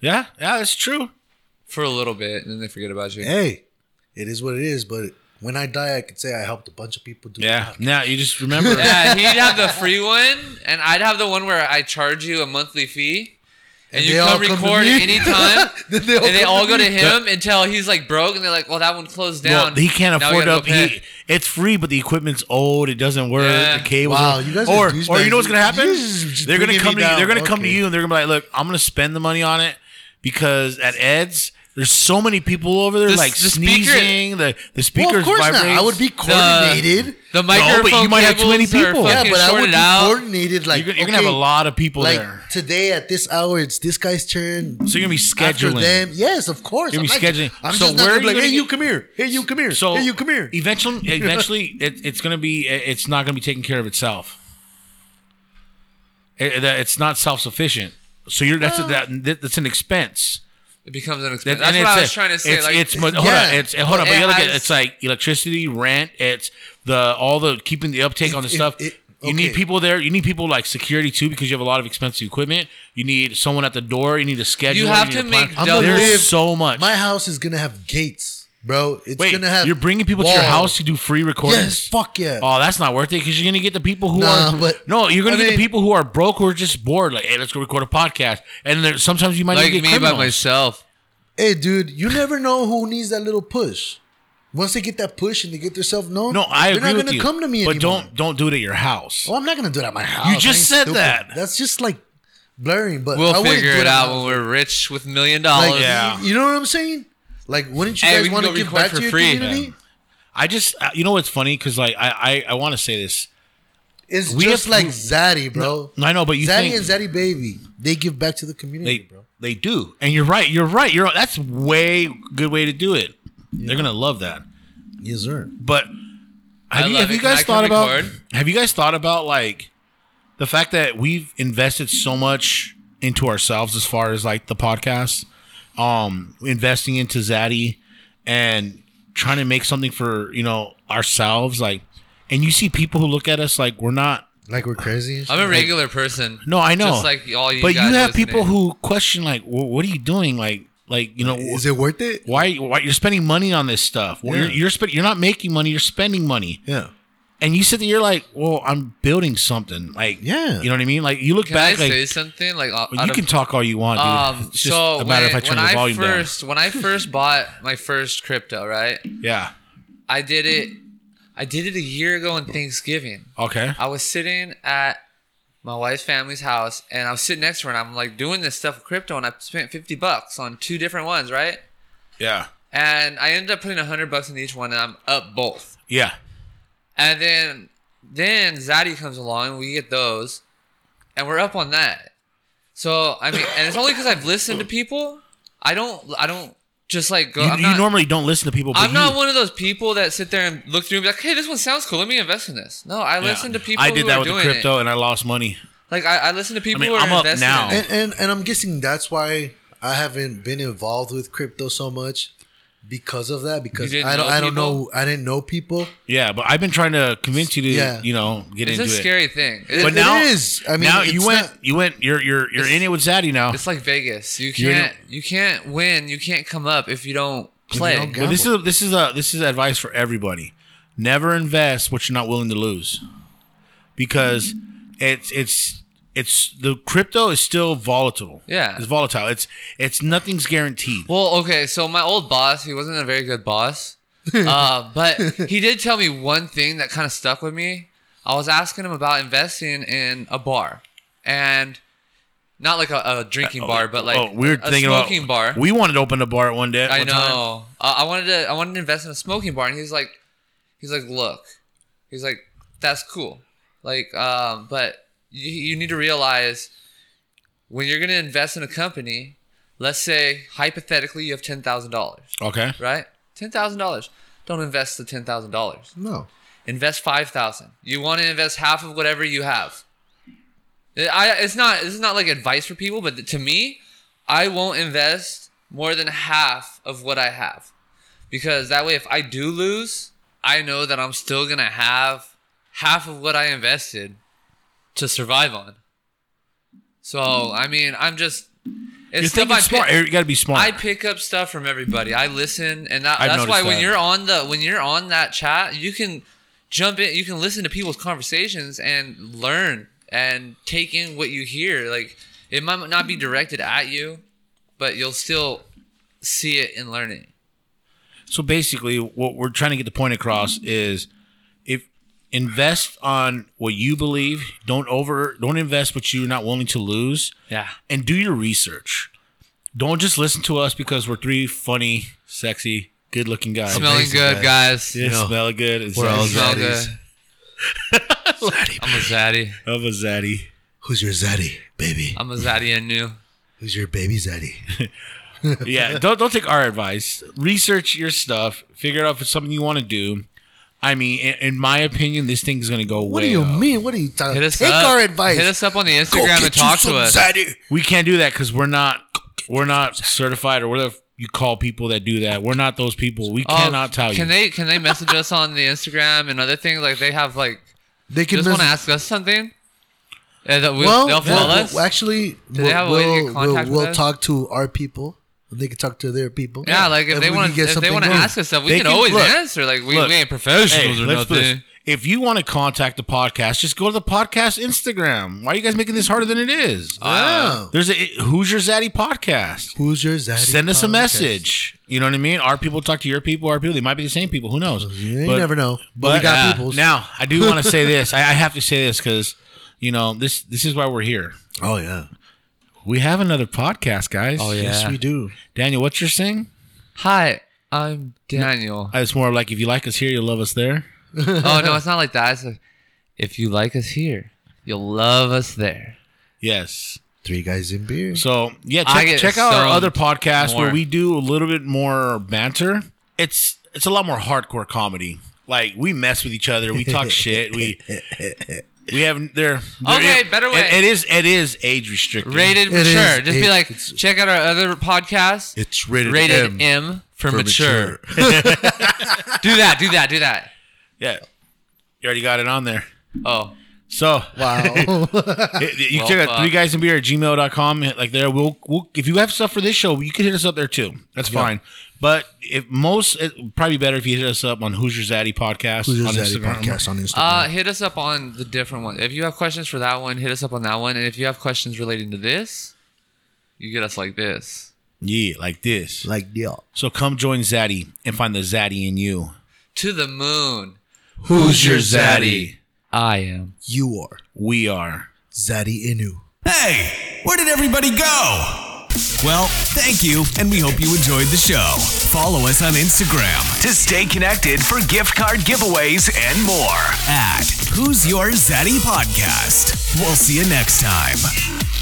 [SPEAKER 4] yeah, yeah, that's true.
[SPEAKER 3] for a little bit, and then they forget about you.
[SPEAKER 2] Hey, it is what it is. But when I die, I could say I helped a bunch of people do.
[SPEAKER 4] Yeah, now you just remember.
[SPEAKER 3] Yeah, he'd have the free one, and I'd have the one where I charge you a monthly fee, and, you
[SPEAKER 2] they all
[SPEAKER 3] come
[SPEAKER 2] come to
[SPEAKER 3] record
[SPEAKER 2] me.
[SPEAKER 3] anytime.
[SPEAKER 2] Then they all
[SPEAKER 3] and they
[SPEAKER 2] come
[SPEAKER 3] all
[SPEAKER 2] to
[SPEAKER 3] go to
[SPEAKER 2] me.
[SPEAKER 3] him until he's like broke, and they're like, "Well, that one closed down."
[SPEAKER 4] Well, he can't
[SPEAKER 3] Now we
[SPEAKER 4] afford
[SPEAKER 3] gotta
[SPEAKER 4] up.
[SPEAKER 3] go pay."
[SPEAKER 4] He, it's free, but the equipment's old. It doesn't work.
[SPEAKER 3] Yeah.
[SPEAKER 4] The cables.
[SPEAKER 2] Wow,
[SPEAKER 4] are-
[SPEAKER 2] you guys are
[SPEAKER 4] or
[SPEAKER 2] douchebags.
[SPEAKER 4] or you know what's gonna happen?
[SPEAKER 2] You guys are just
[SPEAKER 4] They're gonna
[SPEAKER 2] bringing
[SPEAKER 4] come to
[SPEAKER 2] me
[SPEAKER 4] you. They're
[SPEAKER 2] down.
[SPEAKER 4] gonna come to
[SPEAKER 2] Okay.
[SPEAKER 4] you, and they're gonna be like, "Look, I'm gonna spend the money on it because at Ed's." There's so many people over there,
[SPEAKER 3] The s-
[SPEAKER 4] like
[SPEAKER 3] the speaker-
[SPEAKER 4] sneezing. The the
[SPEAKER 2] Well,
[SPEAKER 4] speakers
[SPEAKER 2] of course
[SPEAKER 4] vibrate.
[SPEAKER 2] not. I would be coordinated.
[SPEAKER 3] the
[SPEAKER 4] but
[SPEAKER 3] microphone
[SPEAKER 4] you might have too many
[SPEAKER 3] cables are
[SPEAKER 4] people.
[SPEAKER 2] yeah,
[SPEAKER 3] fucking
[SPEAKER 2] but I would
[SPEAKER 3] shorted
[SPEAKER 2] be
[SPEAKER 3] out.
[SPEAKER 2] coordinated. Like
[SPEAKER 4] You're, gonna- you're gonna have a
[SPEAKER 2] okay,
[SPEAKER 4] lot of people
[SPEAKER 2] like
[SPEAKER 4] there,
[SPEAKER 2] today at this hour, it's this guy's turn.
[SPEAKER 4] so you're gonna be
[SPEAKER 2] After
[SPEAKER 4] scheduling.
[SPEAKER 2] them, yes, of course.
[SPEAKER 4] You're
[SPEAKER 2] I'm not-
[SPEAKER 4] gonna be scheduling.
[SPEAKER 2] I'm
[SPEAKER 4] So
[SPEAKER 2] just not
[SPEAKER 4] where
[SPEAKER 2] gonna
[SPEAKER 4] are
[SPEAKER 2] be like,
[SPEAKER 4] you
[SPEAKER 2] hey,
[SPEAKER 4] gonna
[SPEAKER 2] you
[SPEAKER 4] get-
[SPEAKER 2] come here. Hey, you come here.
[SPEAKER 4] So
[SPEAKER 2] hey, you come here.
[SPEAKER 4] Eventually, eventually, it, it's gonna be. it- It's not gonna be taking care of itself. It- it- it's not self sufficient. So you're that's that, that's an expense.
[SPEAKER 3] It becomes an
[SPEAKER 4] That-
[SPEAKER 3] expense. That's
[SPEAKER 4] and
[SPEAKER 3] what I
[SPEAKER 4] it's
[SPEAKER 3] was
[SPEAKER 4] a-
[SPEAKER 3] trying to say.
[SPEAKER 4] It's,
[SPEAKER 3] like,
[SPEAKER 4] it's hold
[SPEAKER 2] yeah.
[SPEAKER 4] on. It's hold on. But
[SPEAKER 3] It
[SPEAKER 4] you look at
[SPEAKER 3] has-
[SPEAKER 4] it's like electricity, rent. It's the all the keeping the uptake on the
[SPEAKER 2] It-
[SPEAKER 4] stuff.
[SPEAKER 2] it-
[SPEAKER 4] You need
[SPEAKER 2] okay.
[SPEAKER 4] people there. You need people like security too, because you have a lot of expensive equipment. You need someone at the door. You need a schedule.
[SPEAKER 3] have
[SPEAKER 4] need
[SPEAKER 3] to
[SPEAKER 4] a plan.
[SPEAKER 3] make
[SPEAKER 2] I'm
[SPEAKER 3] double-
[SPEAKER 2] gonna live-
[SPEAKER 4] There's so much.
[SPEAKER 2] My house is gonna have gates, bro. It's
[SPEAKER 4] Wait,
[SPEAKER 2] gonna have.
[SPEAKER 4] you're bringing people to your
[SPEAKER 2] walls.
[SPEAKER 4] house to do free recordings?
[SPEAKER 2] Yes, fuck yeah.
[SPEAKER 4] Oh, that's not worth it because you're gonna get the people who
[SPEAKER 2] Nah,
[SPEAKER 4] are
[SPEAKER 2] but-
[SPEAKER 4] no, you're gonna
[SPEAKER 2] I
[SPEAKER 4] get
[SPEAKER 2] mean-
[SPEAKER 4] the people who are broke who are just bored. Like, hey, let's go record a podcast, and there, sometimes you might
[SPEAKER 3] like
[SPEAKER 4] even
[SPEAKER 3] me
[SPEAKER 4] get criminals.
[SPEAKER 3] by myself.
[SPEAKER 2] Hey, dude, you never know who needs that little push. Once they get that push and they get themselves known,
[SPEAKER 4] No, I
[SPEAKER 2] they're
[SPEAKER 4] agree
[SPEAKER 2] not
[SPEAKER 4] with
[SPEAKER 2] gonna
[SPEAKER 4] you.
[SPEAKER 2] come to me
[SPEAKER 4] but
[SPEAKER 2] anymore.
[SPEAKER 4] don't don't do it at your house.
[SPEAKER 2] Oh, I'm not gonna do it at my house.
[SPEAKER 4] just
[SPEAKER 2] I ain't
[SPEAKER 4] said that.
[SPEAKER 2] That's just like blurring. But I
[SPEAKER 3] We'll
[SPEAKER 2] wouldn't
[SPEAKER 3] figure
[SPEAKER 2] do
[SPEAKER 3] it
[SPEAKER 2] at
[SPEAKER 3] out
[SPEAKER 2] my
[SPEAKER 3] when we're rich with million
[SPEAKER 2] Like,
[SPEAKER 3] dollars.
[SPEAKER 4] Yeah.
[SPEAKER 2] you, you know what I'm saying? Like, wouldn't you
[SPEAKER 3] Hey, we
[SPEAKER 2] guys
[SPEAKER 3] can
[SPEAKER 2] want to
[SPEAKER 3] go
[SPEAKER 2] give
[SPEAKER 3] record
[SPEAKER 2] back
[SPEAKER 3] for
[SPEAKER 2] to your
[SPEAKER 3] free.
[SPEAKER 2] community?
[SPEAKER 4] I just uh, you know what's funny because like I I, I want to say this.
[SPEAKER 2] It's
[SPEAKER 4] We
[SPEAKER 2] just
[SPEAKER 4] have-
[SPEAKER 2] like
[SPEAKER 4] we-
[SPEAKER 2] Zaddy, bro.
[SPEAKER 4] I know, but you
[SPEAKER 2] Zaddy
[SPEAKER 4] think
[SPEAKER 2] and Zaddy Baby, they give back to the community,
[SPEAKER 4] they
[SPEAKER 2] bro.
[SPEAKER 4] they do, and you're right. You're right. You're that's way good way to do it. They're gonna love that.
[SPEAKER 2] Yes, sir.
[SPEAKER 4] But have you,
[SPEAKER 3] love
[SPEAKER 4] have
[SPEAKER 3] it.
[SPEAKER 4] you
[SPEAKER 3] Can I
[SPEAKER 4] guys thought
[SPEAKER 3] come
[SPEAKER 4] about
[SPEAKER 3] record?
[SPEAKER 4] have you guys thought about like the fact that we've invested so much into ourselves as far as like the podcast, um, investing into Zaddy and trying to make something for you know ourselves, like, and you see people who look at us like we're not.
[SPEAKER 2] Like we're crazy. and
[SPEAKER 3] I'm
[SPEAKER 2] shit.
[SPEAKER 3] a regular person.
[SPEAKER 4] No, I know.
[SPEAKER 3] Just like all you
[SPEAKER 4] but you
[SPEAKER 3] guys
[SPEAKER 4] have people
[SPEAKER 3] listening.
[SPEAKER 4] who question like, well, "What are you doing?" Like, like you know,
[SPEAKER 2] Is it worth it?
[SPEAKER 4] why why you're spending money on this stuff? Well, you're
[SPEAKER 2] Yeah.
[SPEAKER 4] you're, spend, you're not making money. You're spending money.
[SPEAKER 2] Yeah.
[SPEAKER 4] and you sit there, you're like, well, I'm building something. Like,
[SPEAKER 2] Yeah.
[SPEAKER 4] you know what I mean? Like, you look
[SPEAKER 3] Can
[SPEAKER 4] back,
[SPEAKER 3] I
[SPEAKER 4] like,
[SPEAKER 3] say something? Like, out
[SPEAKER 4] well,
[SPEAKER 3] out
[SPEAKER 4] you
[SPEAKER 3] of
[SPEAKER 4] can talk all you want, dude.
[SPEAKER 3] Um,
[SPEAKER 4] it's just
[SPEAKER 3] so
[SPEAKER 4] a
[SPEAKER 3] when,
[SPEAKER 4] matter of if I turn
[SPEAKER 3] when
[SPEAKER 4] the volume
[SPEAKER 3] first, When I first bought my first crypto, right?
[SPEAKER 4] down. Yeah.
[SPEAKER 3] I did it. I did it a year ago on Thanksgiving.
[SPEAKER 4] Okay.
[SPEAKER 3] I was sitting at my wife's family's house, and I was sitting next to her, and I'm like doing this stuff with crypto, and I spent fifty bucks on two different ones, right?
[SPEAKER 4] Yeah.
[SPEAKER 3] And I ended up putting hundred bucks in each one, and I'm up both.
[SPEAKER 4] Yeah.
[SPEAKER 3] And then then Zaddy comes along, and we get those, and we're up on that. So I mean, and it's only because I've listened to people. I don't. I don't just like go.
[SPEAKER 4] You,
[SPEAKER 3] I'm
[SPEAKER 4] you
[SPEAKER 3] not,
[SPEAKER 4] normally don't listen to people. But
[SPEAKER 3] I'm
[SPEAKER 4] you,
[SPEAKER 3] not one of those people that sit there and look through and be like, "Hey, this one sounds cool. Let me invest in this." No, I
[SPEAKER 4] Yeah.
[SPEAKER 3] listen to people.
[SPEAKER 4] I did
[SPEAKER 3] who
[SPEAKER 4] that
[SPEAKER 3] are
[SPEAKER 4] with the
[SPEAKER 3] doing
[SPEAKER 4] crypto,
[SPEAKER 3] It.
[SPEAKER 4] and I lost money.
[SPEAKER 3] Like I, I listen to people
[SPEAKER 4] mean,
[SPEAKER 3] who are
[SPEAKER 4] I'm up
[SPEAKER 3] investing
[SPEAKER 4] now.
[SPEAKER 3] in it.
[SPEAKER 4] Oh.
[SPEAKER 2] And, and and I'm guessing that's why I haven't been involved with crypto so much because of that. Because
[SPEAKER 3] didn't
[SPEAKER 2] I don't
[SPEAKER 3] know
[SPEAKER 2] I don't
[SPEAKER 3] people?
[SPEAKER 2] know I didn't know people.
[SPEAKER 4] Yeah, but I've been trying to convince you to,
[SPEAKER 2] Yeah.
[SPEAKER 4] you know, get
[SPEAKER 3] It's
[SPEAKER 4] into
[SPEAKER 3] a
[SPEAKER 4] it.
[SPEAKER 3] scary thing. It-
[SPEAKER 4] But
[SPEAKER 2] It
[SPEAKER 4] now,
[SPEAKER 2] is. I mean,
[SPEAKER 4] now you
[SPEAKER 2] it's
[SPEAKER 4] went,
[SPEAKER 2] not-
[SPEAKER 4] you went, you're you're you're in it with Zaddy now.
[SPEAKER 3] it's like Vegas. You
[SPEAKER 4] You're-
[SPEAKER 3] can't. You can't win. You can't come up if you don't play.
[SPEAKER 2] don't get-
[SPEAKER 4] But this is a, this is a this is advice for everybody. Never invest what you're not willing to lose, because it's it's it's the crypto is still volatile.
[SPEAKER 3] Yeah.
[SPEAKER 4] it's volatile. It's it's nothing's guaranteed.
[SPEAKER 3] Well, okay, so my old boss, he wasn't a very good boss, uh, but he did tell me one thing that kind of stuck with me. I was asking him about investing in a bar, and not like a, a drinking bar, but like
[SPEAKER 4] oh, we were
[SPEAKER 3] a, a
[SPEAKER 4] thinking
[SPEAKER 3] smoking bar.
[SPEAKER 4] about We wanted to open a bar one day.
[SPEAKER 3] I
[SPEAKER 4] one time.
[SPEAKER 3] know. Uh, I wanted to. I wanted to invest in a smoking bar, and he's like, he's like, look, he's like, that's cool, like, um, but you, you need to realize when you're gonna invest in a company. Let's say hypothetically you have ten thousand dollars
[SPEAKER 4] Okay.
[SPEAKER 3] right? Ten thousand dollars. Don't invest the ten thousand dollars.
[SPEAKER 2] No.
[SPEAKER 3] Invest five thousand. You want to invest half of whatever you have. I it's not this is not like advice for people, but to me, I won't invest more than half of what I have, because that way, if I do lose, I know that I'm still gonna have half of what I invested to survive on. So I mean, I'm just. It's
[SPEAKER 4] You're thinking
[SPEAKER 3] I
[SPEAKER 4] smart.
[SPEAKER 3] pick-
[SPEAKER 4] you got to be smart.
[SPEAKER 3] I pick up stuff from everybody. I listen, and that,
[SPEAKER 4] I've
[SPEAKER 3] that's why
[SPEAKER 4] noticed
[SPEAKER 3] when
[SPEAKER 4] that.
[SPEAKER 3] you're on the when you're on that chat, you can jump in, you can listen to people's conversations and learn and take in what you hear. Like it might not be directed at you, but you'll still see it and learn it.
[SPEAKER 4] So basically, what we're trying to get the point across is if invest on what you believe, don't over don't invest what you're not willing to lose.
[SPEAKER 3] Yeah.
[SPEAKER 4] And do your research. Don't just listen to us because we're three funny, sexy, good-looking guys.
[SPEAKER 3] Smelling
[SPEAKER 2] Amazing,
[SPEAKER 3] good, guys.
[SPEAKER 4] Yeah, smell good. and
[SPEAKER 2] We're all
[SPEAKER 4] sexy.
[SPEAKER 3] Smell
[SPEAKER 2] Zaddies.
[SPEAKER 3] good. I'm a zaddy.
[SPEAKER 4] Of a zaddy.
[SPEAKER 2] Who's your zaddy, baby?
[SPEAKER 3] I'm a zaddy and new.
[SPEAKER 2] Who's your baby zaddy?
[SPEAKER 4] yeah, don't don't take our advice. Research your stuff. Figure out if it's something you want to do. I mean, in, in my opinion, this thing is going to go way
[SPEAKER 2] What do you
[SPEAKER 4] up.
[SPEAKER 2] mean? What are you talking?
[SPEAKER 3] Hit us
[SPEAKER 2] Take
[SPEAKER 3] up.
[SPEAKER 2] our advice.
[SPEAKER 3] Hit us up on the
[SPEAKER 2] Go
[SPEAKER 3] Instagram and
[SPEAKER 2] get you
[SPEAKER 3] talk
[SPEAKER 2] some
[SPEAKER 3] to us.
[SPEAKER 2] zaddy.
[SPEAKER 4] we can't do that because we're not we're not certified or whatever you call people that do that. We're not those people. We
[SPEAKER 3] Oh,
[SPEAKER 4] cannot tell
[SPEAKER 3] Can
[SPEAKER 4] you.
[SPEAKER 3] they can they message us on the Instagram and other things? Like they have like
[SPEAKER 2] They can
[SPEAKER 3] just want to
[SPEAKER 2] message-
[SPEAKER 3] ask us something? And that we,
[SPEAKER 2] well,
[SPEAKER 3] they'll
[SPEAKER 2] yeah,
[SPEAKER 3] follow us?
[SPEAKER 2] well, actually,
[SPEAKER 3] they
[SPEAKER 2] we'll,
[SPEAKER 3] have a way to get
[SPEAKER 2] we'll,
[SPEAKER 3] contact
[SPEAKER 2] we'll,
[SPEAKER 3] with
[SPEAKER 2] we'll
[SPEAKER 3] us?
[SPEAKER 2] talk to our people. They can talk to their people.
[SPEAKER 3] yeah, like if they
[SPEAKER 2] we
[SPEAKER 3] want
[SPEAKER 2] can get
[SPEAKER 3] if they
[SPEAKER 2] something
[SPEAKER 3] want to
[SPEAKER 2] going.
[SPEAKER 3] ask us stuff, we
[SPEAKER 4] They
[SPEAKER 3] can,
[SPEAKER 4] can-
[SPEAKER 3] always
[SPEAKER 4] look,
[SPEAKER 3] answer. Like we,
[SPEAKER 4] look.
[SPEAKER 3] we ain't professionals
[SPEAKER 4] Hey,
[SPEAKER 3] or
[SPEAKER 4] let's put
[SPEAKER 3] nothing.
[SPEAKER 4] this- if you want to contact the podcast, just go to the podcast Instagram. Why are you guys making this harder than it is?
[SPEAKER 2] Oh. Yeah.
[SPEAKER 4] There's a Who's Your Zaddy podcast.
[SPEAKER 2] Who's your zaddy?
[SPEAKER 4] Send us a
[SPEAKER 2] podcast?
[SPEAKER 4] message. You know what I mean? Our people talk to your people. Our people, they might be the same people. Who knows?
[SPEAKER 2] You never know. But, we got
[SPEAKER 4] yeah.
[SPEAKER 2] peoples.
[SPEAKER 4] Now, I do want to say this. I, I have to say this because, you know, this this is why we're here.
[SPEAKER 2] Oh yeah.
[SPEAKER 4] We have another podcast, guys.
[SPEAKER 3] Oh, yeah.
[SPEAKER 2] Yes, we do.
[SPEAKER 4] Daniel, what's your thing?
[SPEAKER 3] Hi, I'm Daniel.
[SPEAKER 4] It's more like if you like us here, you'll love us there.
[SPEAKER 3] oh no, it's not like that. It's like if you like us here, you'll love us there.
[SPEAKER 4] Yes.
[SPEAKER 2] Three guys in beer.
[SPEAKER 4] So yeah,
[SPEAKER 3] I
[SPEAKER 4] check,
[SPEAKER 3] get
[SPEAKER 4] check out our
[SPEAKER 3] so
[SPEAKER 4] other podcasts where
[SPEAKER 3] more.
[SPEAKER 4] we do a little bit more banter. It's it's a lot more hardcore comedy. Like we mess with each other, we talk shit, we we have they're, they're-
[SPEAKER 3] Okay, better way.
[SPEAKER 4] It, it is it is age restricted.
[SPEAKER 3] Rated
[SPEAKER 2] It
[SPEAKER 3] mature.
[SPEAKER 2] is-
[SPEAKER 3] Just
[SPEAKER 2] it-
[SPEAKER 3] be like,
[SPEAKER 2] it's-
[SPEAKER 3] check out our other podcast.
[SPEAKER 2] It's rated,
[SPEAKER 3] rated
[SPEAKER 2] M
[SPEAKER 3] M, for, mature. do that. Do that. Do that.
[SPEAKER 4] Yeah, you already got it on there.
[SPEAKER 3] Oh,
[SPEAKER 4] So
[SPEAKER 2] Wow.
[SPEAKER 4] it- you
[SPEAKER 3] Well,
[SPEAKER 4] check out
[SPEAKER 3] fuck.
[SPEAKER 4] three guys and beer at gmail.com like there we'll, we'll if you have stuff for this show you can hit us up there too that's fine but if most it, probably better if you hit us up on who's your zaddy podcast
[SPEAKER 2] Who's your
[SPEAKER 4] on
[SPEAKER 2] zaddy
[SPEAKER 4] Instagram.
[SPEAKER 2] podcast on Instagram?
[SPEAKER 3] Uh, hit us up on the different one. If you have questions for that one, hit us up on that one. And if you have questions relating to this, you get us like this.
[SPEAKER 4] yeah like this
[SPEAKER 2] like deal.
[SPEAKER 4] so come join zaddy and find the zaddy in you
[SPEAKER 3] To the moon.
[SPEAKER 4] who's
[SPEAKER 2] your zaddy?
[SPEAKER 3] I am.
[SPEAKER 2] You are
[SPEAKER 4] we are
[SPEAKER 2] Zaddy Inu.
[SPEAKER 1] Hey, where did everybody go? Well, thank you, and we hope you enjoyed the show. Follow us on Instagram to stay connected for gift card giveaways and more at Who's Your Zaddy Podcast. We'll see you next time.